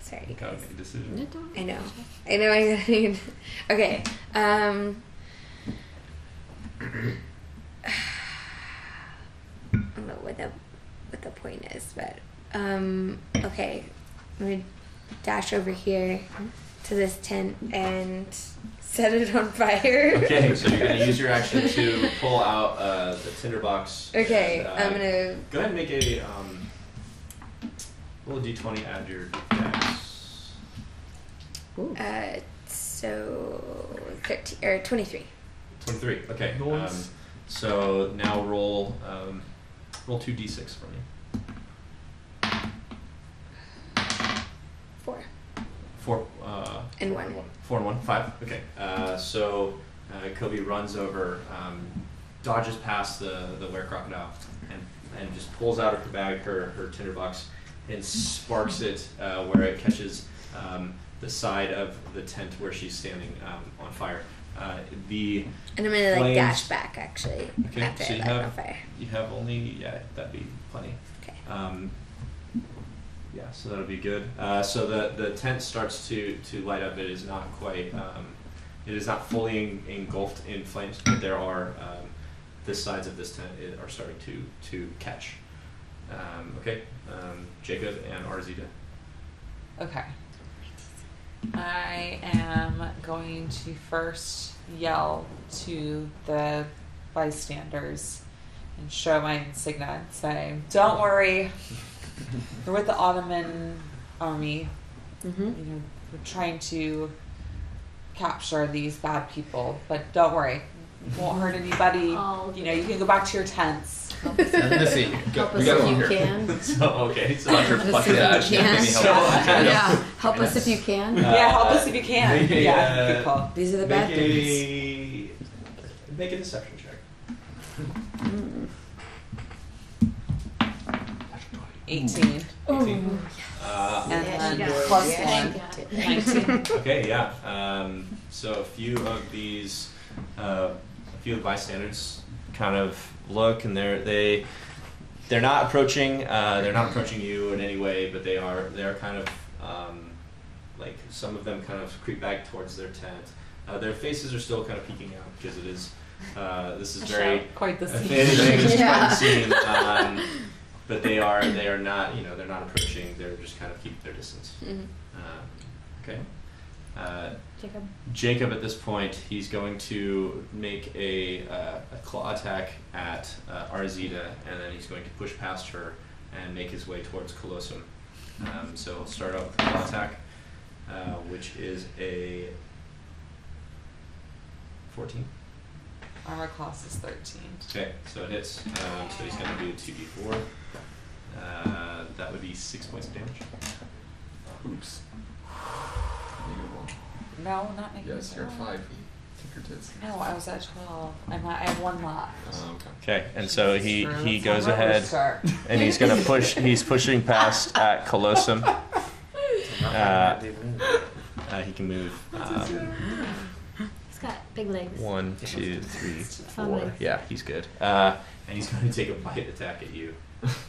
Sorry
You
you
gotta
guys.
make a decision.
I know. I know I gotta need Okay. Um I don't know what the what the point is, but um okay. I'm gonna dash over here
to this tent and set it on fire.
Okay, so you're going to use your action to pull out uh, the tinderbox.
Okay,
and, uh,
I'm gonna.
Go ahead and make a um, roll a d20, add your dex.
Ooh.
Uh, so thirteen or twenty-three.
23, okay. Um,
Nice.
so now roll um, roll 2d6 for me.
Four.
Four, uh,
And one.
Four and one, five. Okay. Uh, so uh, Kobe runs over, um, dodges past the, the were crocodile, and, and just pulls out of her bag her, her tinderbox and sparks it uh, where it catches um, the side of the tent where she's standing um, on fire. Uh, the
And I'm gonna like
Flames.
dash back actually
Okay,
after
so
I
you
light it
have-
on fire.
you have only yeah that'd be plenty.
Okay.
Um, yeah, so that'll be good. Uh, so the, the tent starts to, to light up. It is not quite, um, it is not fully en- engulfed in flames, but there are, um, the sides of this tent i- are starting to, to catch. Um, okay, um, Jacob and Arzita.
Okay. I am going to first yell to the bystanders and show my insignia and say, Don't worry, we're with the Ottoman army.
Mm-hmm.
You know, we're trying to capture these bad people, but don't worry, it won't hurt anybody.
All
You know, you can go back to your tents.
Nothing to see. Go-
Help
we
us
got
if
one
you
here.
can.
So, okay, so
Help us
bucket
if you
ash,
can.
maybe help.
Yeah,
Yeah.
help us if you can.
yeah, help
Uh,
us if you can.
make a,
yeah,
uh,
good call.
These are the bad
make
things.
a, make a deception check.
Mm.
18.
Oh.
18. Uh,
And
Yeah,
then
she got it.
plus
Yeah,
one.
she got it.
19.
Okay, yeah. Um, so a few of these, uh, a few of the bystanders kind of look and they're they they're not approaching. Uh, they're not approaching you in any way, but they are they are kind of um, like some of them kind of creep back towards their tent. Uh, their faces are still kind of peeking out because it is uh, this is
A
very
show.
Quite the
if
scene.
anything, it's quite
Yeah.
the scene. Um, but they are they are not you know they're not approaching. They're just kind of keeping their distance.
Mhm.
Um, okay. Uh,
Jacob.
Jacob, at this point, he's going to make a, uh, a claw attack at uh, Arzita, and then he's going to push past her and make his way towards Colossum. Um, so we'll start out with the claw attack, uh, which is a 14.
Armor class is 13.
Okay, so it hits. Um, so he's going to do 2d4. Uh, that would be 6 points of damage.
Oops.
No, not making
Yes, you're
it.
five. Tinkertits.
No, I was at 12. I'm at, I have one left.
Oh, okay.
Okay, Um, and so he,
Screw
he
it.
goes
I'm a
ahead
rooster.
and he's gonna push. He's pushing past at Colossum. Uh, uh, he can move.
uh,
Um,
He's got big legs.
one, two, three,
Fun
four.
legs.
Yeah, he's good.
Uh, and he's going to take a bite attack at you.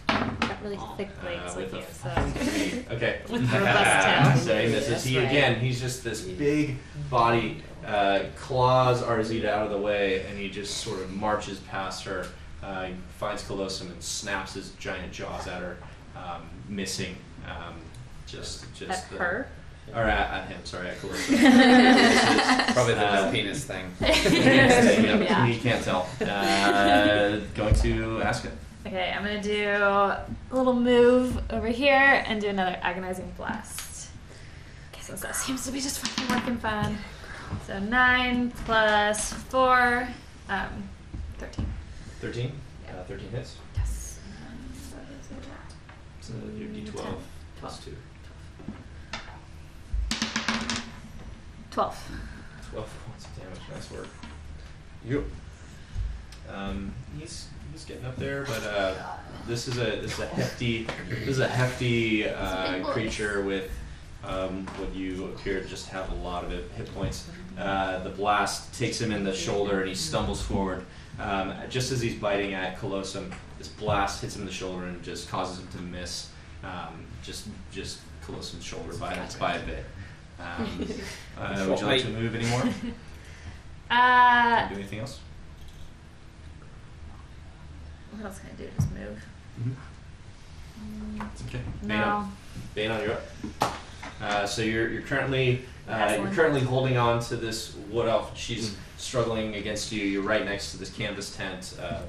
Got really thick
Uh,
legs
with
like
a
you. So
Three. Okay.
With robust tail.
so he misses. He
That's right.
again. He's just this big body. Uh, claws Arzita out of the way, and he just sort of marches past her. Uh, he finds Colossum and snaps his giant jaws at her, um, missing. Um, just, just
at
the,
her.
Or at, at him. Sorry, at Colossum.
Probably the
Uh,
penis thing.
Yeah.
You can't tell. Uh, going to ask it.
Okay, I'm gonna do a little move over here and do another agonizing blast. Since that seems to be just fucking working fine. So nine plus four, um, thirteen.
13? Uh, 13 hits.
Yes. And so is
So
it
your d12 plus 2.
Twelve.
12 points of damage. Nice work.
You.
Um, he's he's getting up there, but uh, this is a this is a hefty this is a hefty uh, creature with um, what you appear to just have a lot of hit- hit points. Uh, the blast takes him in the shoulder, and he stumbles forward. Um, just as he's biting at Colossum, this blast hits him in the shoulder and just causes him to miss um, just just Colossum's shoulder by by a bit. Um, uh, would you like to move anymore?
Uh,
Do anything else?
what else can I do? Just move.
It's okay. Bane
No.
on, Bane on, you're up. Uh, so you're, you're currently uh, you're
Excellent.
currently holding on to this wood elf. She's struggling against you. You're right next to this canvas tent. Uh,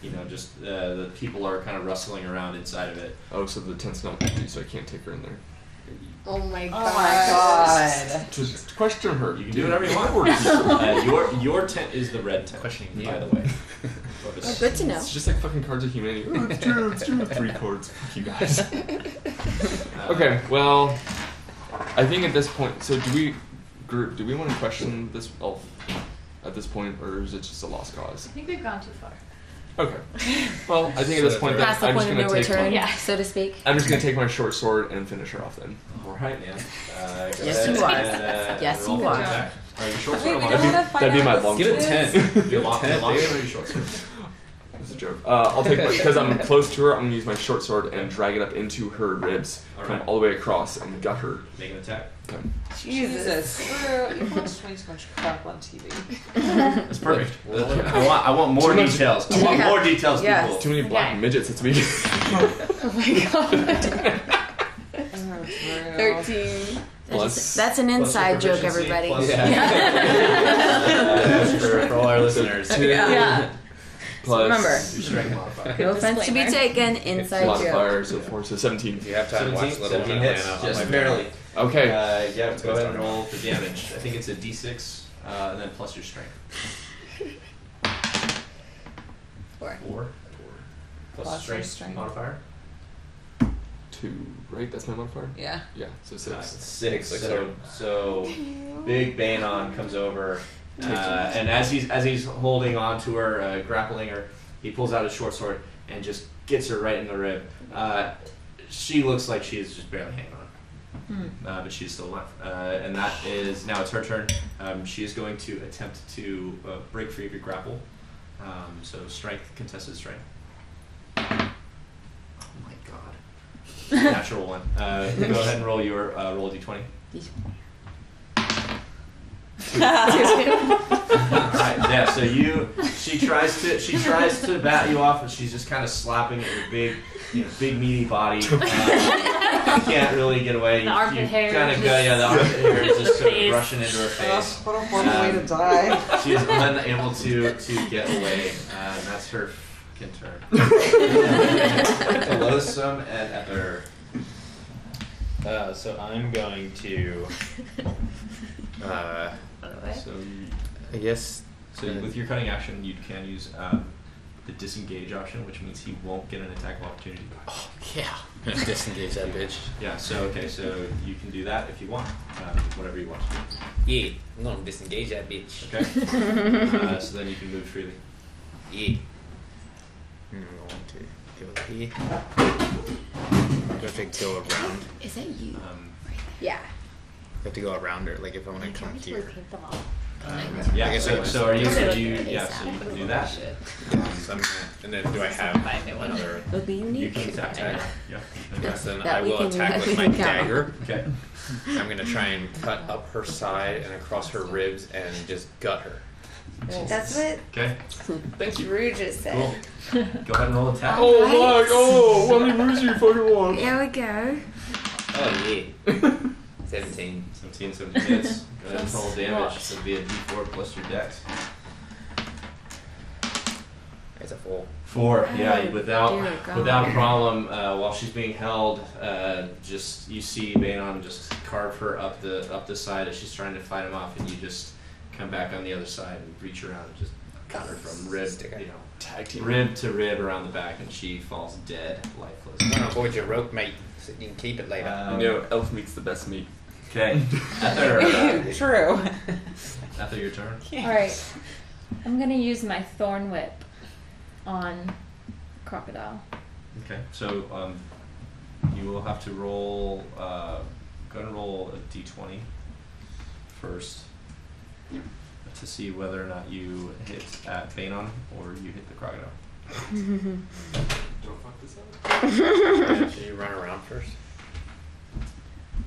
you know, just uh, the people are kind of rustling around inside of it.
Oh, so the tent's not empty, so I can't take her in there.
Oh my god.
Oh my god.
Just question her.
You can do whatever you want. Uh, your your tent is the red tent.
Questioning
by
you.
the way.
Oh, good to know.
It's just like fucking Cards of Humanity. Oh, it's two, it's two, three chords. Fuck you guys. okay, well, I think at this point, so do we, group, do we want to question this elf at this point, or is it just a lost cause?
I think we've gone too far.
Okay. Well, I think at this point, then,
Past the
I'm just
point of
gonna
no
take.
return,
Yeah.
so to speak.
I'm just gonna take my short sword and finish her off then.
All right, man. Uh, go
Yes,
ahead
you are.
and, uh,
Yes,
roll
you
for
are.
attack. Are you short sword
Wait,
or
we
long
don't
sword?
want to find
that'd be
out
my
what
long-
this
Give it
is.
Your long, your long sword or your short sword?
It's a joke. Uh, I'll take my, because I'm close to her. I'm gonna use my short sword and drag it up into her ribs, come
Alright.
all the way across and gut her.
Make an attack.
Okay.
Jesus. We're- You've watched way too much crap on TV.
That's perfect. I want, I want more
Too much-
details. I want
Yeah.
more details,
Yes.
people.
Too many black
Okay.
midgets. It's me.
Oh, it's real.
13.
That's,
Plus-
that's an
Plus your
inside joke,
proficiency,
everybody.
plus-
Yeah.
Uh, for, for all our listeners.
Yeah.
Plus
Remember.
Your strength modifier.
No offense to be
Disclaimer.
taken. Inside joke.
modifier, so four, so seventeen.
If you have time, watch
17,
Little
17
Women
hits,
Atlanta.
just
on my
barely. Oh Uh,
Okay.
yeah, go ahead and roll for damage. I think it's a d6, uh, and then plus your strength.
Four.
Four. Plus,
Plus your
strength,
strength.
modifier.
Two. Right. That's my modifier.
Yeah.
Yeah. So
Uh,
six.
six.
Six,
So, so big Banon comes over, uh,
Takes her.
and as he's as he's holding on to her, uh, grappling her, he pulls out his short sword and just gets her right in the rib. Uh, she looks like she is just barely hanging on. Uh, but she's still alive, uh, and that is now it's her turn. Um, she is going to attempt to uh, break free of your grapple. Um, so strength contested strength. Oh my god! Natural one. Uh, go ahead and roll your uh, roll d twenty. Uh, Alright, yeah, so you she tries to she tries to bat you off and she's just kinda slapping at your big you know, big meaty body. Uh, you can't really get away.
The
you,
armpit
you
hair
kinda
just-
go yeah, the armpit hair is just sort of
Face. Oh.
brushing into her
Ugh,
face.
what a horrible way to die.
She is unable to to get away. Uh, and that's her fucking turn. Loathsome and Ether.
Uh, so I'm going to.
Uh,
So you-
I guess.
So with your cutting action, you can use um, the disengage option, which means he won't get an attack of opportunity.
Yeah. Disengage Oh, that bitch.
Yeah. So okay. So you can do that if you want, um, whatever you want. to
Yeah, I'm gonna disengage that bitch.
do. Okay. uh, so then you can move freely.
E.
Yeah.
I'm going to Hmm, go with the. Do I have to go around?
Is that you?
Um,
Yeah.
I have to go around or like if I want to come here. Um, I
Uh, yeah.
guess I
So,
can-
so are you?
Okay,
Do you?
okay,
Yeah.
so
So you can do that.
So I'm
Um,
gonna, and then do I have another?
It'll be
You
unique.
can attack. attack. Yeah.
Yes, then
That
I
we
will
can-
attack with my
yeah.
dagger.
Okay.
I'm gonna try and cut up her side and across her ribs and just gut her.
That's what
Okay.
Thank you.
Rue just said.
Cool. Go ahead and roll attack.
Oh my! Oh, how many moves do you fucking want?
There we go.
Oh yeah. Seventeen.
17, 17 hits. Go ahead and roll damage. So it'll be a D4 plus your dex.
It's a four.
Four, yeah,
Oh,
without
dear God.
without problem. Uh, while she's being held, uh, just you see Banon just carve her up the up the side as she's trying to fight him off, and you just come back on the other side and reach around and just cut her from rib,
Stick it.
you know,
Tag team.
rib to rib around the back, and she falls dead, lifeless.
I'm gonna avoid your rope, mate, so you can keep it later.
Um,
You know, elf meets the best meat.
Okay, Ether, uh,
True.
Ether, your turn.
All right. I'm gonna use my thorn whip on crocodile.
Okay, so um, you will have to roll. Uh, go ahead and roll a d20 first to see whether or not you hit at Banon or you hit the crocodile.
Don't fuck this up.
Uh, Should you run around first?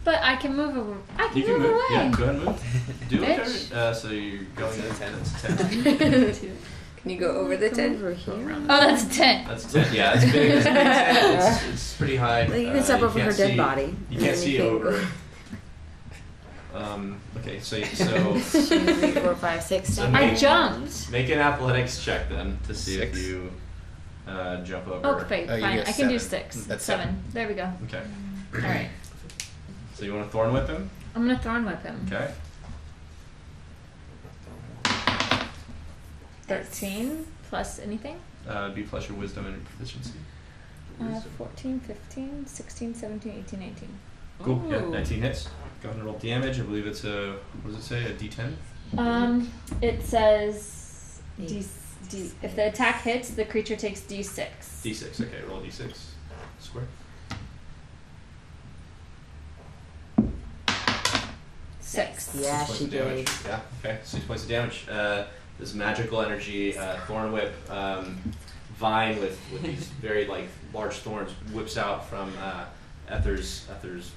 But I can move. Away. I can
You can
move,
move.
away.
Yeah, go ahead and move. Do it.
Bitch.
Uh, so you're going to
That's a
10.
ten.
That's 10.
Can you go over the
Come
tent?
Over here.
Oh, that's a ten.
That's 10. Yeah, it's big. It's, big tent. it's, it's pretty high.
Like you
Uh,
can step over
can't
her dead
see-
body.
You
and then
can't see
can-
over it. Um, okay, so so
Two, three, four, five, six,
So
seven,
make-
I
eight.
jumped.
make an athletics check then to see
Six.
if you uh, jump over.
Oh, fine.
Oh, you
fine. I
get
can do
seven.
six.
That's
seven.
seven.
There we go.
Okay.
All right.
So you want to thorn whip him?
I'm gonna thorn whip him.
Okay.
Thirteen plus anything.
Uh, B plus your wisdom and proficiency.
Uh, 14, 15, 16, 17, 18, 19.
Cool. Yeah,
Ooh.
19 hits. Go ahead and roll damage. I believe it's a what does it say? A D10.
Um, it says D,
Eight.
D, if the attack hits, the creature takes D6.
D6. Okay, roll D6. Square.
Six.
Yeah,
Six points
she
of damage.
did.
Yeah. Okay. Six points of damage. Uh, this magical energy, uh, thorn whip, um, vine with, with these very like large thorns whips out from uh, Ether's Ether's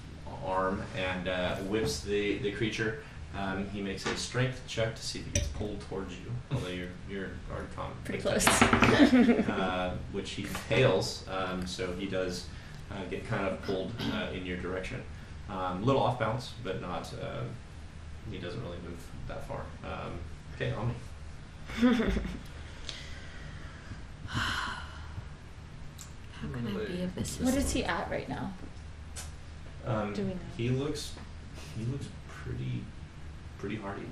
arm and uh, whips the the creature. Um, he makes a strength check to see if he gets pulled towards you, although you're you're already calm.
Pretty close.
uh, which he fails, um, so he does uh, get kind of pulled uh, in your direction. A um, little off balance, but not. Uh, he doesn't really move that far. Um, okay, Omni.
How can I be of this?
What is
assistance?
he at right now?
Um,
Do we know?
He looks. He looks pretty, pretty hardy.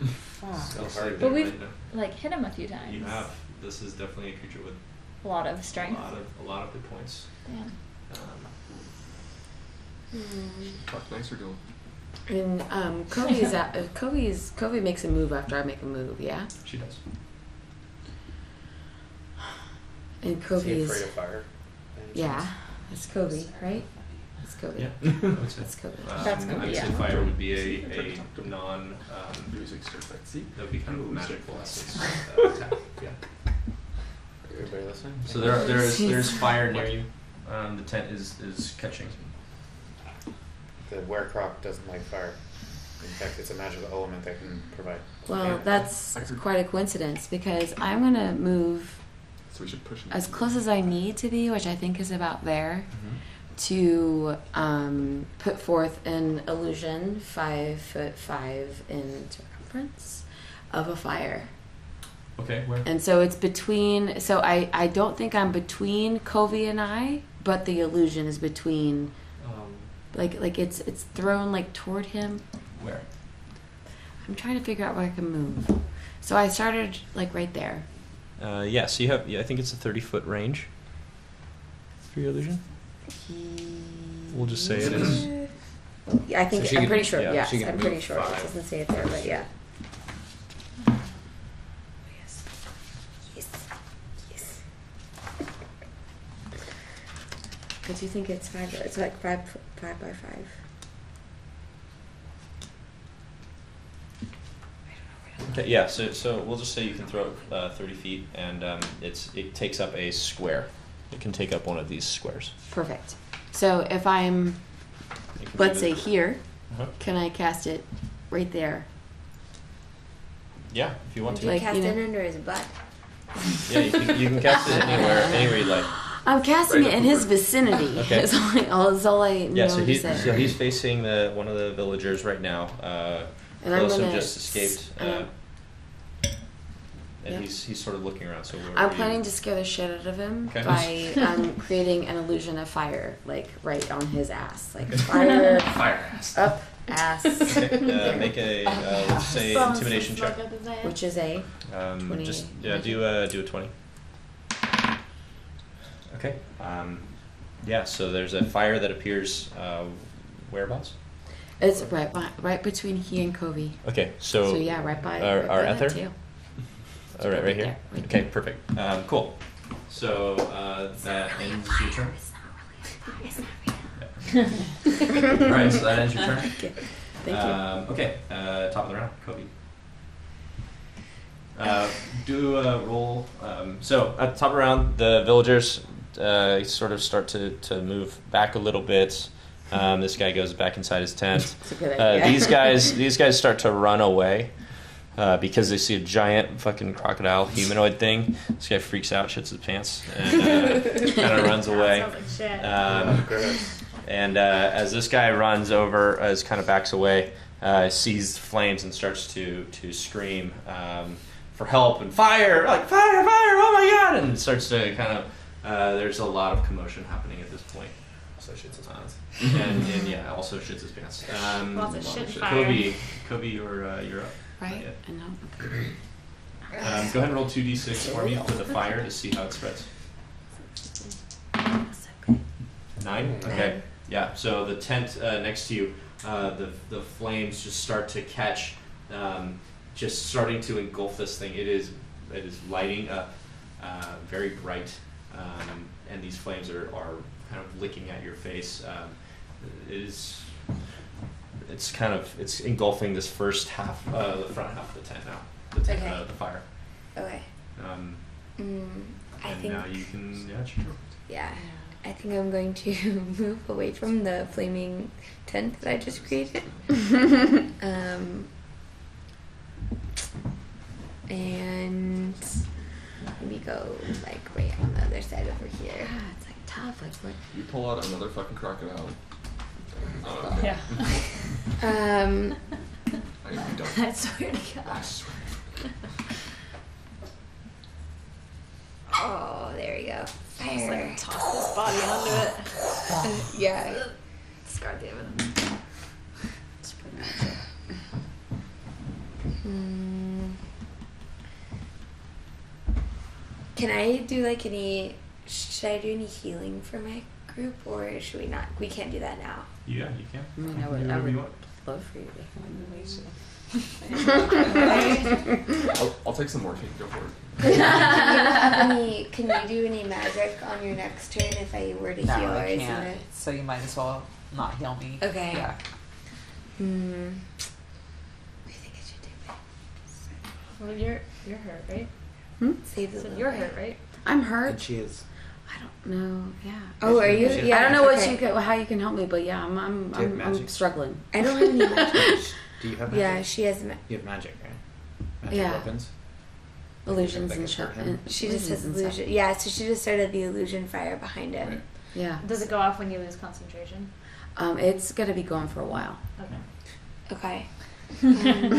Oh, fuck.
I'll say
Ah. But
that
we've-
right
Like hit him a few
now.
times.
You have. This is definitely a creature with
a lot of strength.
a lot of a lot of hit points.
Damn.
Um,
Fuck, nice or go.
And um, Kobe's at, uh, Kobe's Kobe makes a move after I make a move, yeah.
she does.
Is he
And
afraid
Kobe's
of fire? by any
yeah,
chance?
that's Kobe, right? That's Kobe.
Yeah. I would say.
That's Kobe.
Um,
That's gonna
I would
be
say
it.
fire would be a, a non. Um,
Music starts like, see?
That would be kind of a magical essence uh, attack. Yeah.
Everybody listening?
So there, are, there is there's fire near you. Um, the tent is is catching.
The werecroc doesn't like fire. In fact, it's a magical element that can provide.
Well, that's quite a coincidence because I'm gonna move
So we should push him.
as close as I need to be, which I think is about there, to um, put forth an illusion five foot five in circumference of a fire.
Okay, where?
And so it's between. So I I don't think I'm between Covey and I, but the illusion is between.
Um,
Like like it's it's thrown like toward him.
where?
I'm trying to figure out where I can move. So I started like right there.
Uh, yeah, so you have. Yeah, I think it's a thirty foot range for your illusion. We'll just say it is.
Yeah, I think
So she
I'm
can-
pretty sure.
yeah,
yes,
she can
I'm pretty
move
sure. It
five.
doesn't say it there, but yeah.
I do think it's five. It's like five, five by five.
Okay, yeah, so so we'll just say you can throw it uh, thirty feet, and um, it's it takes up a square. It can take up one of these squares.
Perfect. So if I'm
It can
let's say
either-
here,
Uh-huh.
can I cast it right there?
Yeah, if you want to.
You
Like,
cast
you know-
it under his butt.
Yeah, you can, you can cast it anywhere, anywhere you like.
I'm casting
Right
it in
up
his
over.
vicinity.
Okay.
Is all I, all, is all I know
Yeah, so
to
he's
say.
so he's facing the one of the villagers right now. Uh,
And I'm
Blossom
gonna
just
s-
escaped, uh,
um,
and
yeah.
he's he's sort of looking around. So where
I'm
were you?
planning to scare the shit out of him
Okay.
by um, creating an illusion of fire, like right on his ass, like fire
Fire ass.
up ass,
Okay, uh, make a uh, let's say intimidation check.
which is a
Um,
20.
just yeah, do a do a twenty. Okay. Um, yeah. So there's a fire that appears uh, whereabouts.
it's right by, right between he and Covey.
Okay.
So,
So,
yeah, right by
our-
right
our
by that
ether?
tail.
all right, right here.
Right
Okay,
there.
perfect. Um, cool. So uh, that ends your turn. All right. So that ends your turn.
Okay. Thank you.
um, Okay, uh, top of the round, Kobe. Uh, do a roll. Um,
So at the top of the round, the villagers uh, sort of start to, to move back a little bit. Um, this guy goes back inside his tent.
It's a good
Uh,
idea.
these guys these guys start to run away uh, because they see a giant fucking crocodile humanoid thing. This guy freaks out, shits his pants, and uh, kind of runs away. Um,
Gross.
and uh, as this guy runs over, as kind of backs away, uh, sees flames and starts to to scream um, for help and fire, like fire, fire, oh my god! And starts to kind of uh, there's a lot of commotion happening at this point.
So shit's his
Uh,
pants.
and, and yeah, also shits his pants. Um,
Lots of shit fire.
Kobe, Kobe, you're uh, you're up.
Right?
Yeah.
I know. Okay.
Um, go ahead and roll two d6 for me for the fire to see how it spreads.
So good.
Nine. Okay. Yeah. So the tent uh, next to you, uh, the the flames just start to catch, um, just starting to engulf this thing. It is it is lighting up, uh, very bright, um, and these flames are, are kind of licking at your face. Um, it is. It's kind of it's engulfing this first half, uh, the front half of the tent now. The tent,
Okay.
uh, the fire.
Okay.
Um,
Mm, I
and
think.
now you can yeah sure.
Yeah. I think I'm going to move away from the flaming tent that I just created. um, and maybe go like right on the other side over here.
Yeah, Ah, it's like tough. Like what?
You pull out another fucking crocodile. Oh, okay.
Yeah.
Um,
I am done.
I swear to
I
God.
swear.
oh, there we go.
Just
Fire.
like toss this body onto it.
Yeah.
Scar the evidence. It's pretty much it.
Mm. Can I do like any? Should I do any healing for my group, or should we not? We can't do that now.
Yeah, you can.
I mean, I would, I
Whatever
would
you want.
love for you to heal
I'll, I'll take some morphine. Go for it.
Can you, have any, can you do any magic on your next turn if I were to
No,
heal? or
I
is
can't. So you might as well not heal me.
Okay.
Yeah.
it- Hmm. I think I should do it.
Well, you're you're hurt, right?
Save the.
So
little
you're
bit.
hurt, right?
I'm
And
hurt.
she is.
I don't know. Yeah.
Oh, are you?
Magic.
Yeah.
I don't know what
okay.
you can, how you can help me, but yeah, I'm I'm
Do you have
I'm, I'm
magic?
struggling.
I don't have any magic.
Do you have magic?
yeah, she has. Ma-
You have magic, right? Magic
Yeah.
weapons.
Illusions
Like
and
a
shit.
curtain?
and-
she just has
and stuff.
illusion. Yeah, so she just started the illusion fire behind it.
Right.
Yeah.
Does it go off when you lose concentration?
Um, it's gonna be going for a while.
Okay.
Okay. Um,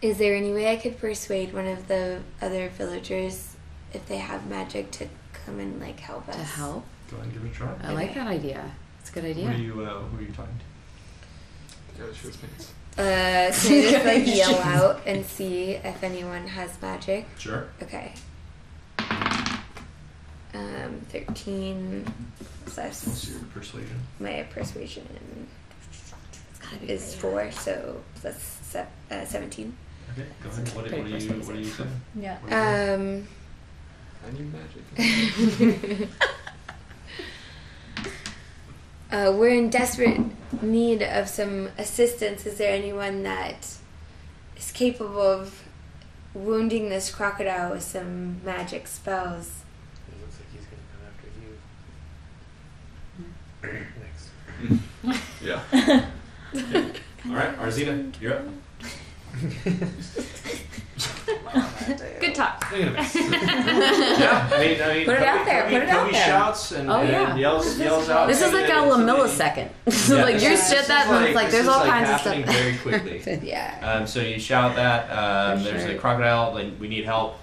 Is there any way I could persuade one of the other villagers, if they have magic, to come and like help us?
To help.
Go ahead and give it a try.
I like that idea. It's a good idea.
What are you uh, who are you talking
Yeah, she was pants.
Uh, so I just like yell out and see if anyone has magic.
to? Sure.
Okay. Um, thirteen
What's
plus
your persuasion?
my persuasion
It's gotta be
is
great.
four, so plus se- uh, seventeen.
Okay, go ahead. What, what
Pretty
are you
persuasive.
what are you saying?
Yeah.
What are you doing?
Um.
I need magic.
Uh, we're in desperate need of some assistance. Is there anyone that is capable of wounding this crocodile with some magic spells?
He looks like he's gonna come after you. Next.
yeah.
All right, Arzina, you're up.
Good talk.
Look at him. yeah, I mean, I mean,
Put it
Kobe,
out there,
Kobe,
put it out
Kobe
there.
shouts and,
Oh,
and
yeah.
yells, yells out.
This is like a
and
la
it's-
millisecond. This is
Yeah,
like
this
you
is-
shit
this
that,
is
and
like-
it's like
this
there's
is
all
like
kinds of
happening
stuff.
very quickly.
Yeah.
Um, so you shout that. Um,
For
there's a
sure.
crocodile. Like we need help.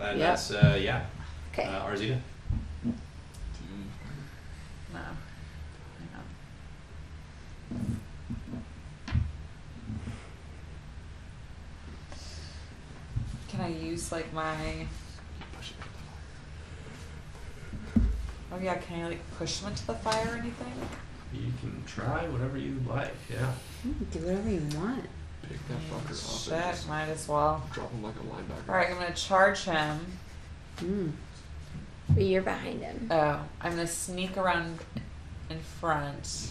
And
Yep.
that's uh, yeah.
Okay.
Uh, Arzita.
No. Can I use like my? Oh yeah, can I like push them into the fire or anything?
You can try whatever you like. Yeah.
Mm, Do whatever you want.
Pick that fucker up. and
Shit,
just
might as well.
Drop him like a linebacker.
All right, I'm gonna charge him.
Mm.
But you're behind him.
Oh, I'm gonna sneak around in front.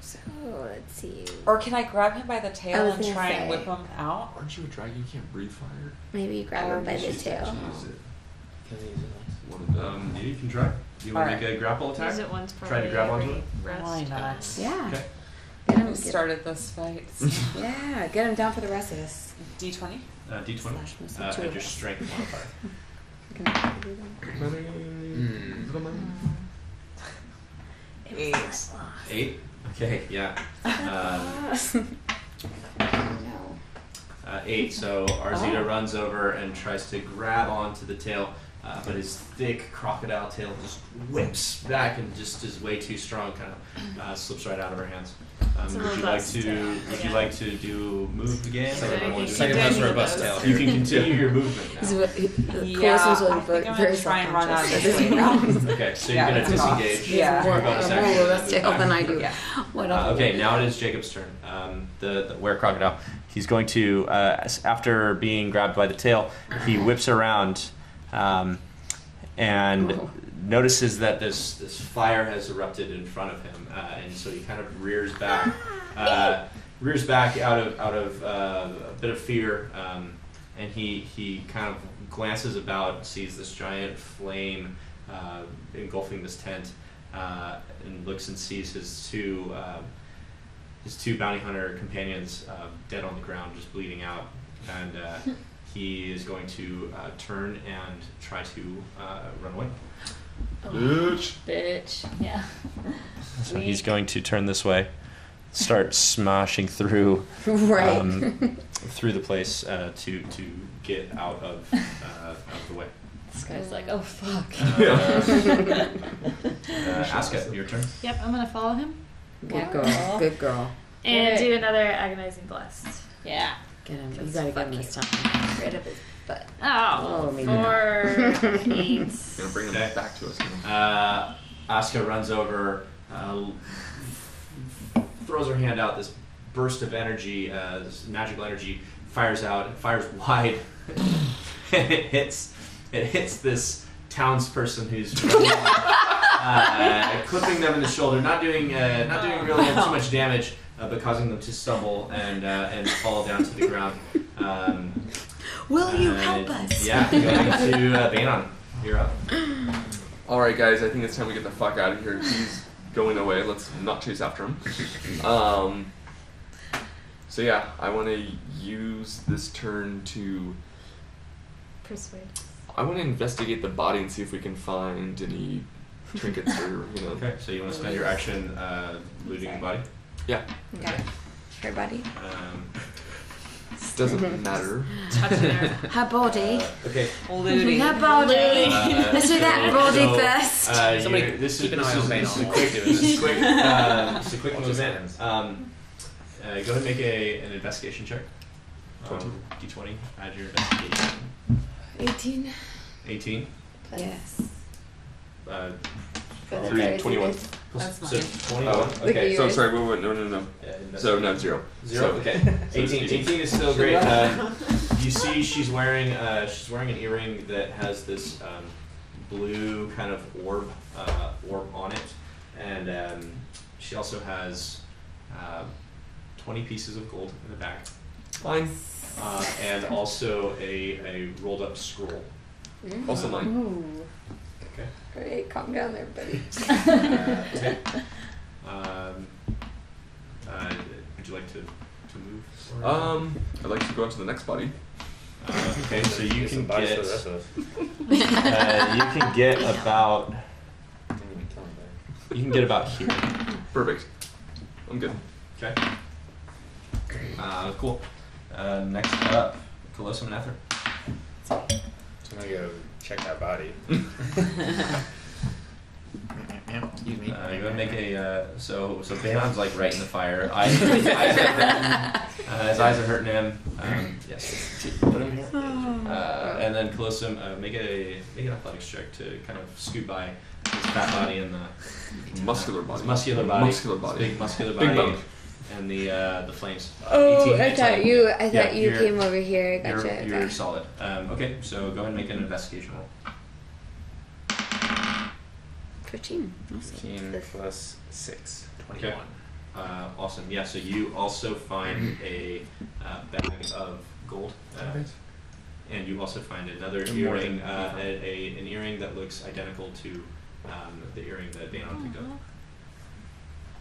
So let's see.
Or can I grab him by the tail
was
and
gonna
try and
say.
whip him out?
Aren't you a dragon? You can't breathe fire.
Maybe grab him by the
She's-
tail.
she's
Can we use it next?
One of the,
Um, you can try. You want to
Alright.
make a grapple attack?
Use it once per
Try to grab onto
every
it?
Why
Rest.
not?
Yeah.
Okay.
Get him,
Who started this fight?
yeah, get him down for the rest of us.
D twenty.
Uh, D20.
Slash missing
Uh,
two
add
of
your
us.
strength modifier.
Hmm. Money, little money.
Eight. Okay, yeah. Um,
no.
uh, eight. So Arzita
Oh.
runs over and tries to grab onto the tail, uh, but his thick crocodile tail just whips back and just is way too strong. Kind of uh, slips right out of her hands. Um,
It's a
would you like
robust
to?
tail
Would you
again.
like to do move again?
Second
or
one,
wanna do
second
another
most
one?
robust tail.
You can continue your movement
He's
now.
ve- he- the
Yeah,
Colossus
I
was
think
very,
I'm gonna
very
try and run out
self-conscious at
of
this
this
point.
Okay, so
Yeah,
you're gonna
it's lost.
disengage.
Yeah.
for
More,
about a
more
second, and
robust
then
tail
back.
than I do.
Yeah.
What
Uh,
else?
okay, now it is Jacob's turn. Um, the the were crocodile. He's going to uh, as- after being grabbed by the tail, he whips around, um, and notices that this this fire has erupted in front of him, uh, and so he kind of rears back, uh, rears back out of out of uh, a bit of fear, um, and he he kind of glances about, sees this giant flame uh, engulfing this tent, uh, and looks and sees his two. Uh, his two bounty hunter companions uh, dead on the ground, just bleeding out, and uh, he is going to uh, turn and try to uh, run away.
Oh.
Bitch.
Bitch. Yeah.
So he's going to turn this way, start smashing through
Right.
um, through the place uh, to to get out of uh, out of the way.
This guy's like, oh fuck.
Uh, uh, Asuka, your turn.
Yep, I'm gonna follow him
Good girl. Good girl.
and
Good.
do another agonizing blast.
Yeah.
Get him. You gotta get him this time.
Right up his butt.
Oh,
Oh, me
four, eight.
Gonna bring them
Okay.
back to us. now.
Uh, Asuka runs over, uh, throws her hand out. This burst of energy, uh, this magical energy, fires out, fires wide, and it hits. It hits this townsperson who's uh, clipping them in the shoulder, not doing uh, not doing really
Oh.
too much damage, uh, but causing them to stumble and uh, and fall down to the ground. Um,
Will you
and-
help us?
Uh, Yeah, going to uh, Banon. You're up.
All right, guys. I think it's time we get the fuck out of here. He's going away. Let's not chase after him. Um. So yeah, I want to use this turn to.
Persuade.
I want to investigate the body and see if we can find any trinkets or you know.
Okay, so you want to spend your action uh, looting the body?
Yeah,
Okay. Her body.
Um,
doesn't matter.
Touching her.
Her body.
uh, okay.
Looting.
Her body.
Uh,
Let's do that
so-
body
so,
first.
Uh,
Somebody
you, this is
keep an
this
eye
is,
on Bane
this is a
while
quick,
we're
this is a quick, uh, this is a quick
Watch his hands.
movement. Um, uh, go ahead and make a, an investigation check. Um, D20, add your investigation.
18.
18.
Plus. Yes.
Uh,
For the
Three,
very
21.
first.
That's
so
mine.
21.
Oh,
okay.
you.
So sorry. Wait, wait, no, no, no.
Uh, investi-
So no zero.
Zero.
So-
Okay.
So it's
18,
18.
18 is still great. Uh, you see, she's wearing uh, she's wearing an earring that has this um, blue kind of orb uh, orb on it, and um, she also has uh, 20 pieces of gold in the back,
Mine.
uh, and also a, a rolled up scroll.
Also mine.
Ooh.
Okay.
All right, calm down there, buddy.
Uh, okay. Um, uh, would you like to, to move? or-
Um, I'd like to go on to the next body.
Uh, okay, so you
Get some
can
bodies for the
get.
rest of us.
Uh, you can get about
Didn't even kill him there.
you can get about here.
Perfect. I'm good.
Okay. Uh, cool. Uh, next up, Colossum and Ether.
So I'm gonna go check that body.
Excuse me.
Uh, you want to make a uh, so so Banon's like right in the fire. Eyes, his eyes are hurting. Uh, his eyes are hurting him. Um, yes. Put him here. Uh, and then Colossum, uh, make a make an athletics check to kind of scoot by his fat body and the
Muscular body.
his muscular body,
Muscular
his
body.
big muscular body,
Big bone.
and the uh, the flames.
Oh,
18,
I thought
18.
you. I thought
Yeah,
you
you're-
came over here. I
You're,
gotcha.
you're
okay.
solid. Um, okay, so go ahead and make an investigation roll.
14.
15 plus 6.
21. Uh, awesome. Yeah, so you also find a uh, bag of gold. Uh, and you also find another earring, uh, a, a, an earring that looks identical to um, the earring that Danon picked up.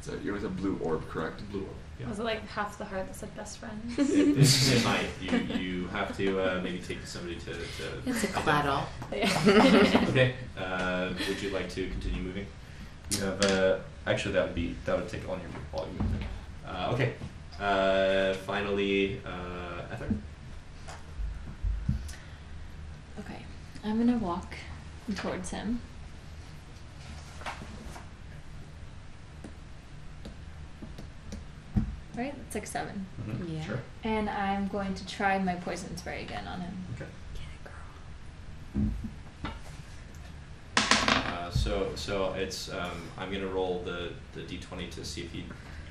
So you're with a blue orb, correct?
Blue orb. Yeah.
Was it like half the heart that said best friend?
it, it, it might. You, you have to uh, maybe take to somebody to. to
It's a claddle.
Okay. Uh, would you like to continue moving? You have uh, actually that would be that would take on your all your movement. Uh, okay. Uh, finally, uh, Ether.
Okay, I'm gonna walk towards him. Right, it's like seven,
Mhm.
Yeah.
Sure.
and I'm going to try my poison spray again on him.
Okay. Uh, so so it's um, I'm gonna roll the the d20 to see if he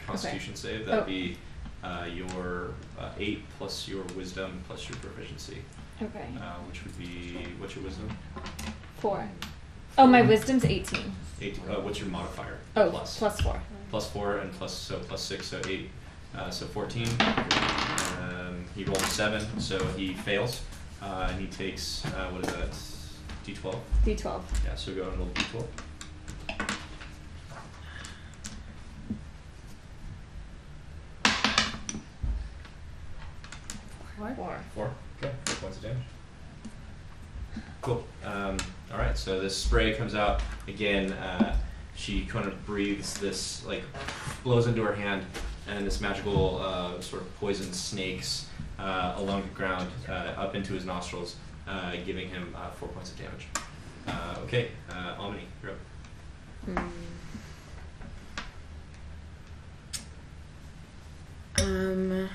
Constitution save. That'd
Oh.
be uh, your uh, eight plus your wisdom plus your proficiency,
Okay,
uh, which would be what's your wisdom?
four. Oh, my wisdom's eighteen.
Eight. Uh, what's your modifier?
Oh,
Plus.
plus four.
plus four and plus so plus six so eight uh, so 14 um, he rolled a seven so he fails uh, and he takes uh, what is that d12
D twelve.
yeah so go and roll d12
What?
Four.
four okay four points of damage cool um, all right so this spray comes out again uh, she kind of breathes this like blows into her hand and this magical uh, sort of poison snakes uh, along the ground uh, up into his nostrils, uh, giving him uh, four points of damage. Uh, okay, uh, Omni, you're up.
Um,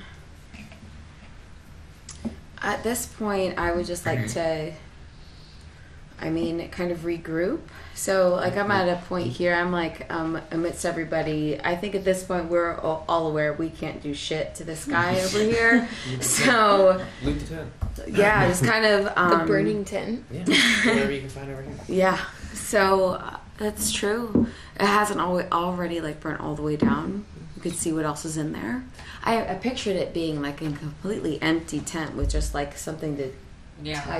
at this point, I would just like to, I mean, kind of regroup. So, like, I'm at a point here, I'm like, um, amidst everybody, I think at this point, we're all, all aware we can't do shit to this guy over here. So,
Loot the town.
yeah, just kind of. Um,
the Burnington.
Yeah. Whatever you can find over here.
Yeah. So uh, that's true. It hasn't al- already like burnt all the way down. You could see what else is in there. I, I pictured it being like a completely empty tent with just like something to tie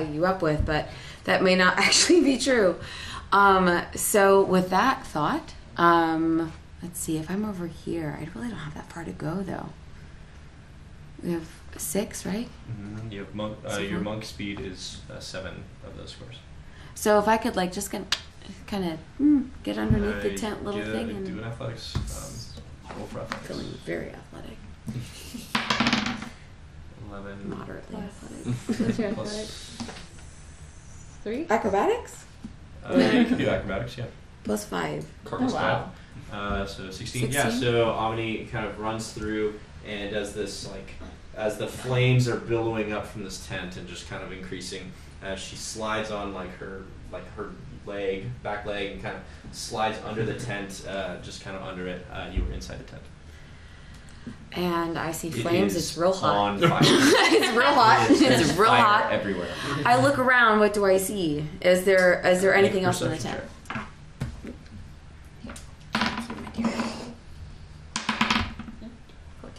Yeah.
you up with, but that may not actually be true. Um, so with that thought, um, let's see. If I'm over here, I really don't have that far to go though. We have six, right?
You have monk, uh,
So
your
monk-
monk speed is uh, seven of those scores.
So if I could like just kind of get underneath the
Uh,
tent little
yeah,
thing and
Do an athletics. Um, roll for athletics.
feeling very athletic,
11.
moderately athletic.
What's your athletic?
Plus,
Three.
Acrobatics
uh, yeah, you can do acrobatics, yeah.
plus five.
Cardinals
Oh, wow.
five. Uh, so 16. Yeah,
16?
so Omni kind of runs through and does this, like, as the flames are billowing up from this tent and just kind of increasing, as she slides on, like, her like her leg, back leg, and kind of slides under the tent, uh, just kind of under it. Uh, you were inside the tent.
And I see
It
flames.
is
It's real hot.
On fire.
it's real hot.
It is- there
It's
is
real
fire
hot.
everywhere.
I look around. What do I see? Is there is there anything else in the
Perception
tent?
check.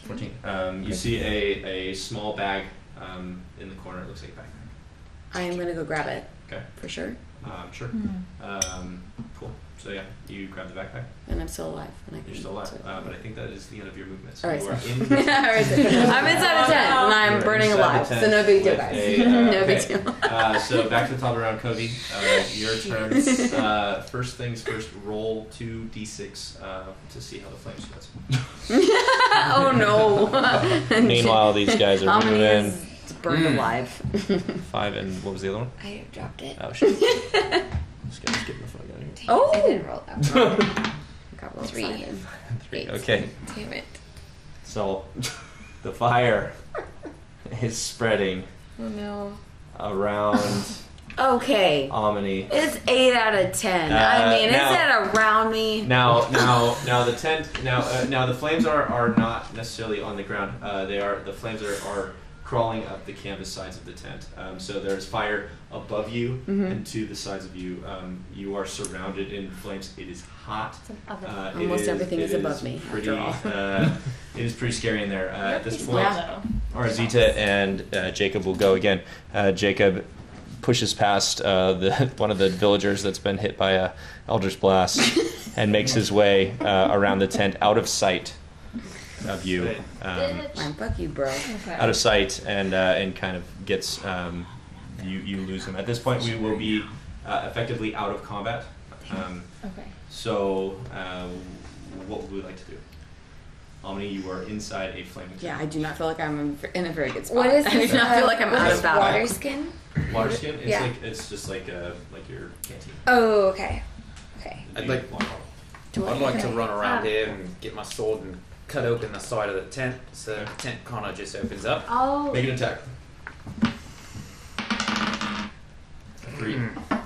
Fourteen. Um, you see a, a small bag um, in the corner. It looks like a backpack.
I am gonna go grab it
Okay.
for sure.
Um, sure.
Hmm.
Um, cool. So yeah, you grab the backpack.
And I'm still alive. And I
You're
can-
still alive,
so-
uh, but I think that is the end of your movement. So
All right,
you
so.
are in.
All right, so I'm inside a tent and I'm
You're
burning
inside
alive,
the
so
tent
no big deal,
with
guys.
a, uh,
no big
okay.
deal.
Uh, so back to the top of the round, Covey. Uh, your turn. Uh, first things first. Roll two d6 uh, to see how the flame spreads.
oh no.
Meanwhile, these guys are
Omni
moving. Hmm.
is burned alive.
Five and what was the other one?
I have dropped it.
Oh shit! this guy's getting the fuck out of here.
Oh.
I didn't roll that one.
Got real
Three.
excited.
Three.
Eight.
Okay,
Damn it.
so the fire is spreading
Oh no.
around
Okay.
Omni.
It's eight out of ten.
Uh,
I mean,
now-
is that around me?
Now, now, now the tent. Now, uh, now the flames are, are not necessarily on the ground. Uh, they are the flames are, are crawling up the canvas sides of the tent. Um, so there's fire above you
Mm-hmm.
and to the sides of you. Um, you are surrounded in flames. It is hot.
It's an oven.
Uh, it
Almost everything
it
is above me, after
Pretty,
all.
uh, it is pretty scary in there uh, at this point. um,
Yeah.
Arzita and uh, Jacob will go again. Uh, Jacob pushes past uh, the one of the villagers that's been hit by a elder's blast and makes his way uh, around the tent out of sight of you. Um,
Man, fuck you, bro.
Okay.
out of sight and uh, and kind of gets um, you you lose him. At this point, we will be uh, effectively out of combat.
Um,
Okay.
so, uh, what would we like to do? Omni, you are inside a flaming.
Yeah, I do not feel like I'm in a very good spot.
What is
I
this?
do not
uh,
feel like I'm
what
out
is
of battle.
Water skin.
Water skin. It's
Yeah.
like it's just like a like your canteen.
Oh, okay. Okay.
I'd
You need
like-
one bottle.
I'd like to run around
Ah.
here and get my sword and cut open the side of the tent so the tent kind of just opens up.
I'll
Make an attack. Three.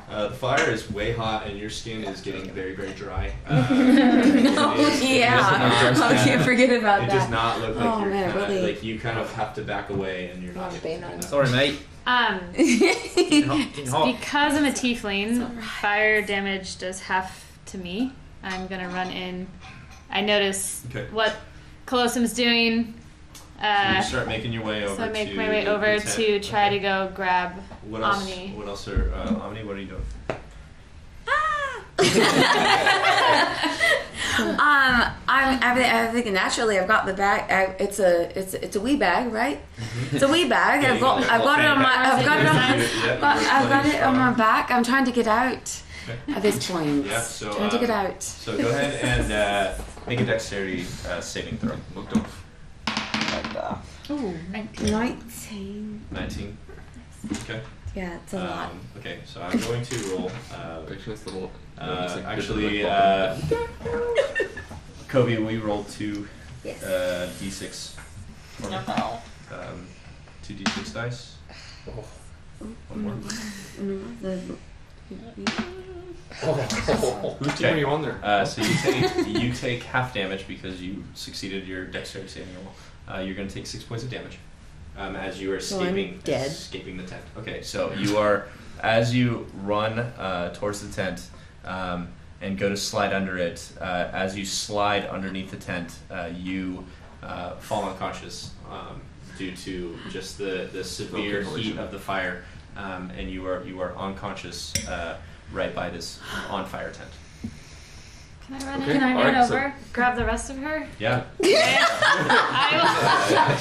Uh, the fire is way hot, and your skin is getting very, very dry. Uh,
Oh,
it is- it
yeah.
does not-
I can't forget about
It
that.
does not look like
Oh,
you're
man,
kind of
really.
like you kind of have to back away, and you're
Oh,
not. able to do
Banon.
that.
Sorry, mate.
um
Getting hot- getting
Oh.
hot.
because I'm a tiefling, fire damage does half to me. I'm gonna run in. I notice
Okay.
what Colossum's doing.
So you
Uh,
start making your way over.
so I make
to
my way
the
over
tent.
to try to
Okay.
go grab
What else?
Omni.
What else are uh, Omni? What are you doing?
Ah! Um, I'm, I think, I think naturally I've got the bag. I, it's a, it's, it's a wee bag, right? It's a wee bag.
Yeah,
I've
you
got,
got
I've got it on my,
that.
I've got it on
Yeah,
my,
you- yeah,
but
you're
I've got
plenty
it on my
strong.
back. I'm trying to get out at this point.
Yeah, so,
trying to
um,
get out.
So go ahead and uh, make a dexterity uh, saving throw.
Looked off.
Ooh, 19.
Nineteen. Okay.
Yeah, it's a lot.
Um, okay, so I'm going to roll. Uh,
Actually, that's the little.
uh, actually, uh, Kobe, we rolled two
Yes.
uh, d6. for me. Um, two d6 dice. One
Mm-hmm.
more.
Mm, the-
Who's
Okay.
team are you on there?
Uh, so you take you take half damage because you succeeded your dexterity saving roll. Uh, you're going to take six points of damage um, as you are
So I'm
escaping
dead.
escaping the tent. Okay, so you are as you run uh, towards the tent um, and go to slide under it. Uh, as you slide underneath the tent, uh, you uh, fall unconscious um, due to just the, the severe
Okay,
heat
collision.
of the fire, um, and you are you are unconscious uh, right by this on fire tent.
Can I run
Okay.
in?
Can I
All
run
right, so-
over?
Grab the rest of her.
Yeah.
I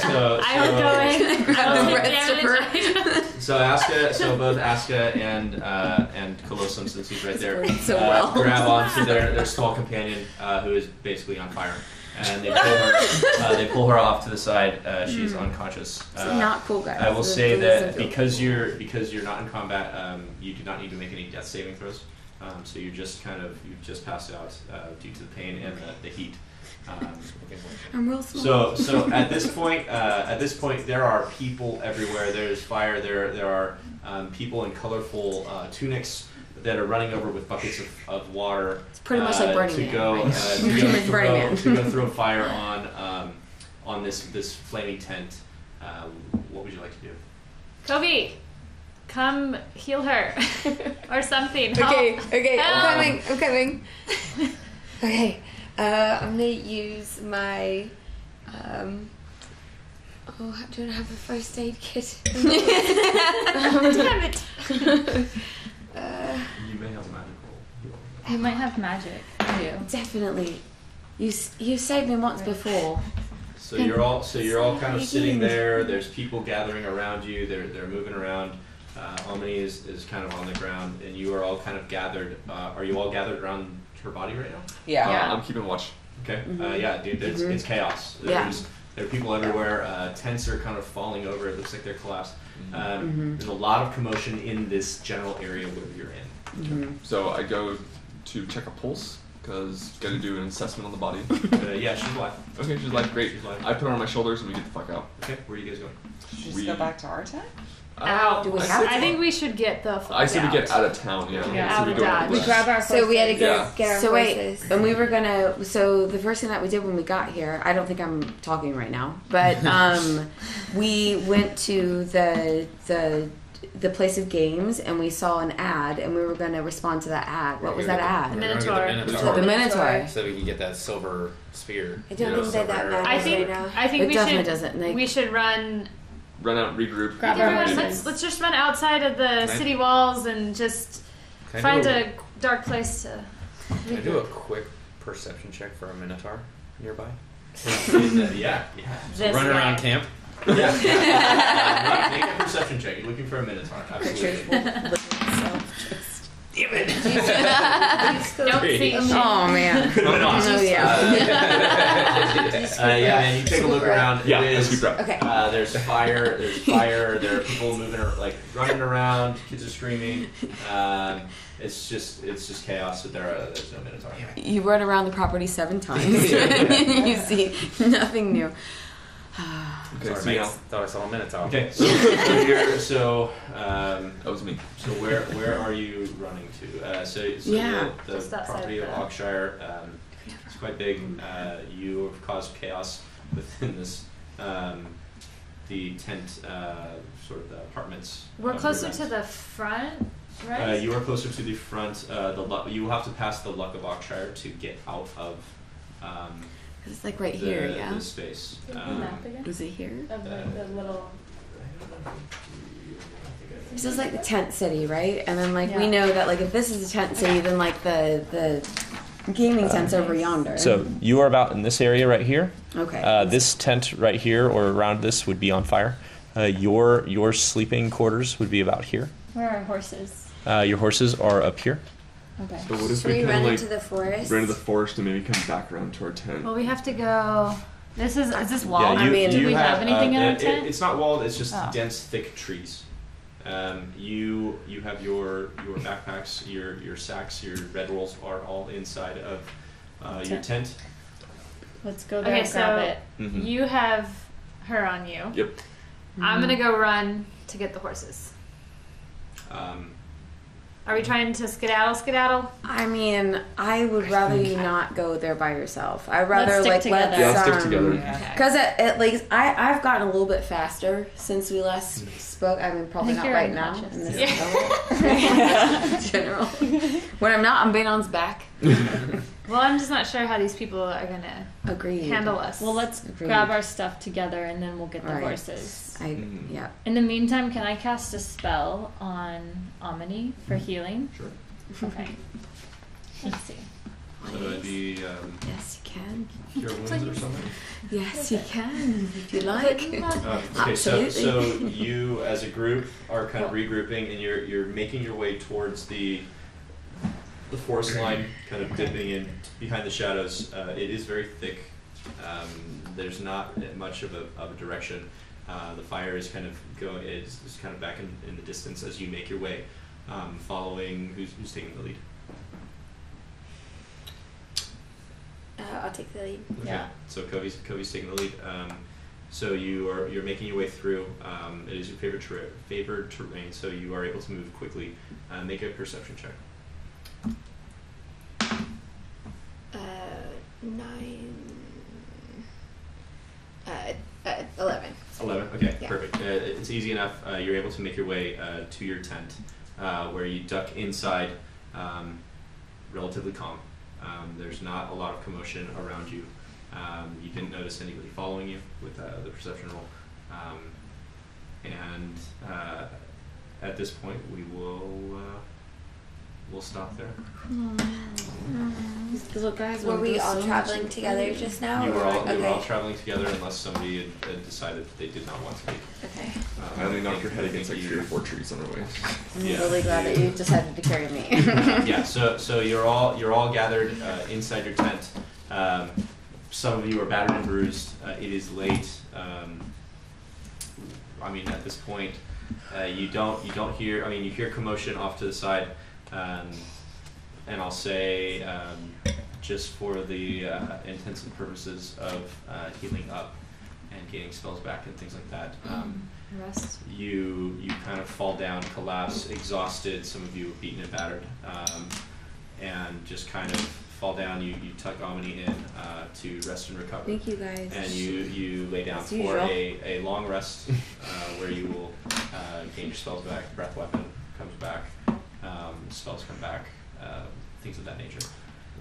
so,
will. I will
so-
go in. I will
the
take
rest of
damage.
So Aska, so both Aska and uh, and Colossum, since he's right there,
It's going so
uh,
well.
grab onto their, their small companion uh, who is basically on fire, and they pull her uh, they pull her off to the side. Uh, she's unconscious. Uh,
Hmm. not cool, guys.
I will
The
say
blues
that
are cool.
because you're because you're not in combat, um, you do not need to make any death saving throws. Um, so you're just kind of you've just passed out uh, due to the pain and the, the heat. Um,
I'm real small.
so, so at this point, uh, at this point, there are people everywhere. There's fire. There, there are um, people in colorful uh, tunics that are running over with buckets of, of water.
It's pretty much like
uh,
Burning
to
Man,
Go,
right?
uh, to
Pretty
go
much Burning
throw,
Man.
to go throw fire on, um, on this this flaming tent. Uh, what would you like to do?
Kobe, come heal her or something.
Okay,
Help.
okay,
Help.
I'm coming, I'm coming. okay, uh, I'm gonna use my. Um, oh, I don't have a first aid kit.
Damn it.
uh,
You may have magical.
You might have magic too.
Definitely. You s- you saved me once before.
So you're all so you're all kind of sitting there. There's people gathering around you. They're they're moving around. Uh, Omni is, is kind of on the ground, and you are all kind of gathered. Uh, are you all gathered around her body right now?
Yeah.
Uh, I'm keeping watch.
Okay. Uh, yeah, dude, it's,
Mhm.
it's chaos.
Yeah.
There's, There are people everywhere. Uh, tents are kind of falling over. It looks like they're collapsed.
Mm-hmm.
Um, There's a lot of commotion in this general area where you're in.
So I go to check a pulse because got to do an assessment on the body.
But, uh, yeah, she's alive.
Okay, she's like great.
She's alive.
I put her on my shoulders and we get the fuck out.
Okay, where are you guys going?
Should we just
We-
go back to our tent?
Out.
Uh, Do we
I
have
said-
I think we should get the.
I said
said
we get out of town. Yeah.
Yeah,
So
out
we
of
go
Dodge.
to
We
the
Grab our
so we had to go
horses.
Yeah.
get our
so wait,
horses.
and we were gonna. So the first thing that we did when we got here, I don't think I'm talking right now, but um, we went to the the the place of games and we saw an ad and we were gonna respond to that ad. What was that ad?
Minotaur.
The Minotaur.
So we can get that silver spear.
I don't
Yeah,
think that that
silver-
matters
I think.
right now.
I think
It
we
definitely
should.
doesn't, like-
we should run.
Run out, regroup.
Grab our
Everyone,
horses.
let's let's just run outside of the
I-
city walls and just
Can I
find
do
a dark place to.
Can I do a quick perception check for a minotaur nearby?
yeah, yeah.
This
Run
way.
around camp.
Uh, make, make a perception check. You're looking for a minotaur. Absolutely.
Richard will-
Do you see, do you goes
Don't
a
see
million-
Oh
shit.
man.
Awesome.
Oh, yeah.
Uh, yeah, man, you take a look around.
Yeah,
it
let's
is,
keep going.
Okay.
uh, there's fire. There's fire. There are people moving, ar- like running around. Kids are screaming. Um, it's just, it's just chaos. But there, are, there's no minotaur.
you run around the property seven times. you see nothing new.
Okay, so
Sorry,
yeah.
I thought I saw a Minotaur.
Okay, so, so you're, so, um,
That was me.
so where, where are you running to? Uh, so, so
Yeah.
the,
Just
the
outside
property of
the-
Hawkshire, um, it's quite big. Uh, you have caused chaos within this, um, the tent, uh, sort of the apartments. Um,
We're
of
closer
your
to
rent.
the front,
Uh,
right?
you are closer to the front. Uh, the luck, you will have to pass the luck of Hawkshire to get out of um,
It's like right
the,
here, yeah.
the space. Um,
Map again?
Was it here?
Of like the little.
This is like the tent city, right? And then like we
Yeah.
know that like if this is the tent city, then like the the gaming tent's over yonder.
So you are about in this area right here.
okay,
Uh, this tent right here, or around this, would be on fire. Uh, your your sleeping quarters would be about here.
Where are horses?
Uh, your horses are up here.
Okay.
So what if
Should
we
we
kind
run
of like
into the forest?
ran into the forest and maybe come back around to our tent?
Well, we have to go. This is is this wall?
Yeah,
I
you,
mean,
you
do we have, anything
uh,
in our
it-
tent?
It, it's not walled. It's just
Oh.
dense, thick trees. Um, you you have your your backpacks, your your sacks, your red rolls are all inside of uh, your tent.
Let's go there
okay,
and
so
grab it.
Mm-hmm.
Mhm.
you have her on you.
Yep.
I'm gonna
Mm-hmm.
go run to get the horses.
Um,
Are we trying to skedaddle, skedaddle?
I mean, I would rather you not go there by yourself. I'd rather
stick
like let
together. Yeah,
let's stick
some-
together.
Okay.
Because at, at least I, I've gotten a little bit faster since we last
Mm-hmm.
spoke. I mean, probably
I think
not
you're
right now.
unconscious.
In this
Yeah.
moment. General. When I'm not, I'm Bainon's back.
Well, I'm just not sure how these people are gonna
Agreed.
handle us.
Well, let's
Agreed.
grab our stuff together and then we'll get the
All right.
horses.
I,
Mhm.
Mm-hmm.
yeah.
In the meantime, can I cast a spell on Omni for healing?
sure.
Okay. Let's see.
So it'd be um,
Yes, you can.
cure wounds or something.
Yes, you can. If you like.
Um, okay, so,
Absolutely.
so you as a group are kind of regrouping and you're, you're making your way towards the, the forest line, kind of dipping in behind the shadows. Uh, it is very thick. Um, there's not much of a, of a direction. Uh, the fire is kind of go is, is kind of back in, in the distance as you make your way, um, following who's, who's taking the lead.
Uh, I'll take the lead.
Okay.
Yeah.
So Covey's Covey's taking the lead. Um, so you are you're making your way through. Um, it is your favorite ter- favored terrain, so you are able to move quickly. Uh, make a perception check.
Uh, nine. Uh, uh, eleven.
Eleven. Okay.
Yeah.
Perfect. Uh, it's easy enough. Uh, you're able to make your way uh, to your tent, uh, where you duck inside, um, relatively calm. Um, there's not a lot of commotion around you. Um, you didn't notice anybody following you with uh, the perception roll. Um, and uh, at this point, we will uh, we'll stop there.
Little guys
Were
wanna
we
go
all
so
traveling
much.
together just now?
You were
Oh,
all
okay.
you were all traveling together, unless somebody had, had decided that they did not want to leave.
okay.
Um,
I only knocked
think-
your head
I think
against like
you-
three or four trees on our way.
I'm
Yeah.
really glad that you decided to carry me.
yeah. So so you're all you're all gathered uh, inside your tent. Um, some of you are battered and bruised. Uh, it is late. Um, I mean, at this point, uh, you don't you don't hear. I mean, you hear commotion off to the side, um, and I'll say um, just for the uh, intents and purposes of uh, healing up and getting spells back and things like that. Um,
Rest.
you you kind of fall down, collapse, exhausted. Some of you are beaten and battered, um, and just kind of fall down. You you tuck Omni in uh, to rest and recover,
Thank you guys.
and you you lay down
As
for
usual.
a, a long rest, uh, where you will uh, gain your spells back. Breath weapon comes back, um, spells come back, uh, things of that nature.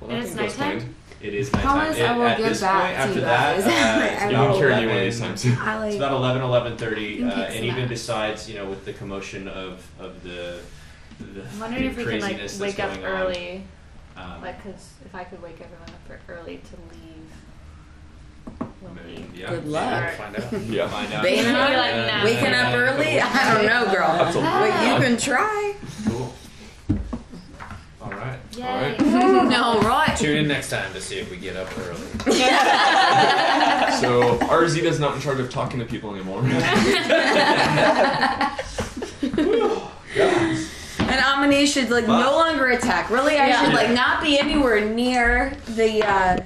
Well,
And
that
it's
thing goes
nighttime?
fine.
It is nighttime.
Promise I
It-
will
at
get
this
back
point,
to
after
you
that,
guys.
uh, it's
I
about
I'm carrying you one of
11.
these times.
I like.
It's about 11, 11.30,
You
uh,
can
and
snap.
even besides, you know, with the commotion of, of the, the
I'm wondering if we can like
craziness
wake
that's
up
going
early,
on. Um,
like, cause if I could wake everyone up for early to leave, we'll
I
leave.
mean, yeah.
Good luck.
Alright.
Find out.
Yeah,
Yeah.
find out.
They
Yeah.
and I,
like, nah.
Waking up early? I don't know, girl.
That's a
But you can try.
Cool. All right.
Alright.
no, right.
Tune in next time to see if we get up early.
So RZ is not in charge of talking to people anymore.
And Amine should like no longer attack. Really, I
Yeah.
should like not be anywhere near the. uh 'cause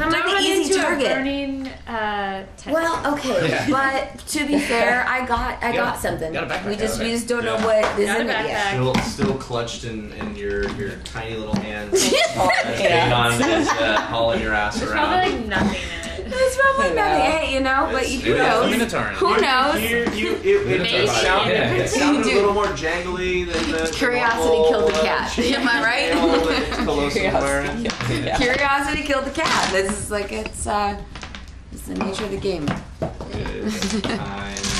I'm like
Don't
the
run
easy
into
target.
a burning uh, tent.
Well, okay,
Yeah.
but to be fair, I got I
Got a-
got something.
got a backpack,
we
got
just
a
we
backpack.
just don't
Yeah.
know what is
Got a
in it yet.
backpack.
Still, still clutched in, in your, your tiny little hands. as
Yeah.
Ganon is uh, hauling your ass
There's
around.
probably like nothing in it.
It's probably
Yeah.
nothing, hey, you know, but
It's-
who
it is.
knows?
Minotaur.
Who knows?
You, you, it, it,
Maybe.
it, sounded, it sounded a
Dude.
little more jangly than the- the
Curiosity
normal,
killed the
uh,
cat.
chain
Am I right?
mail that Colossal
Curiosity.
wearing.
Yeah.
Curiosity killed the cat. This is like it's uh, it's the nature of the game.
It is time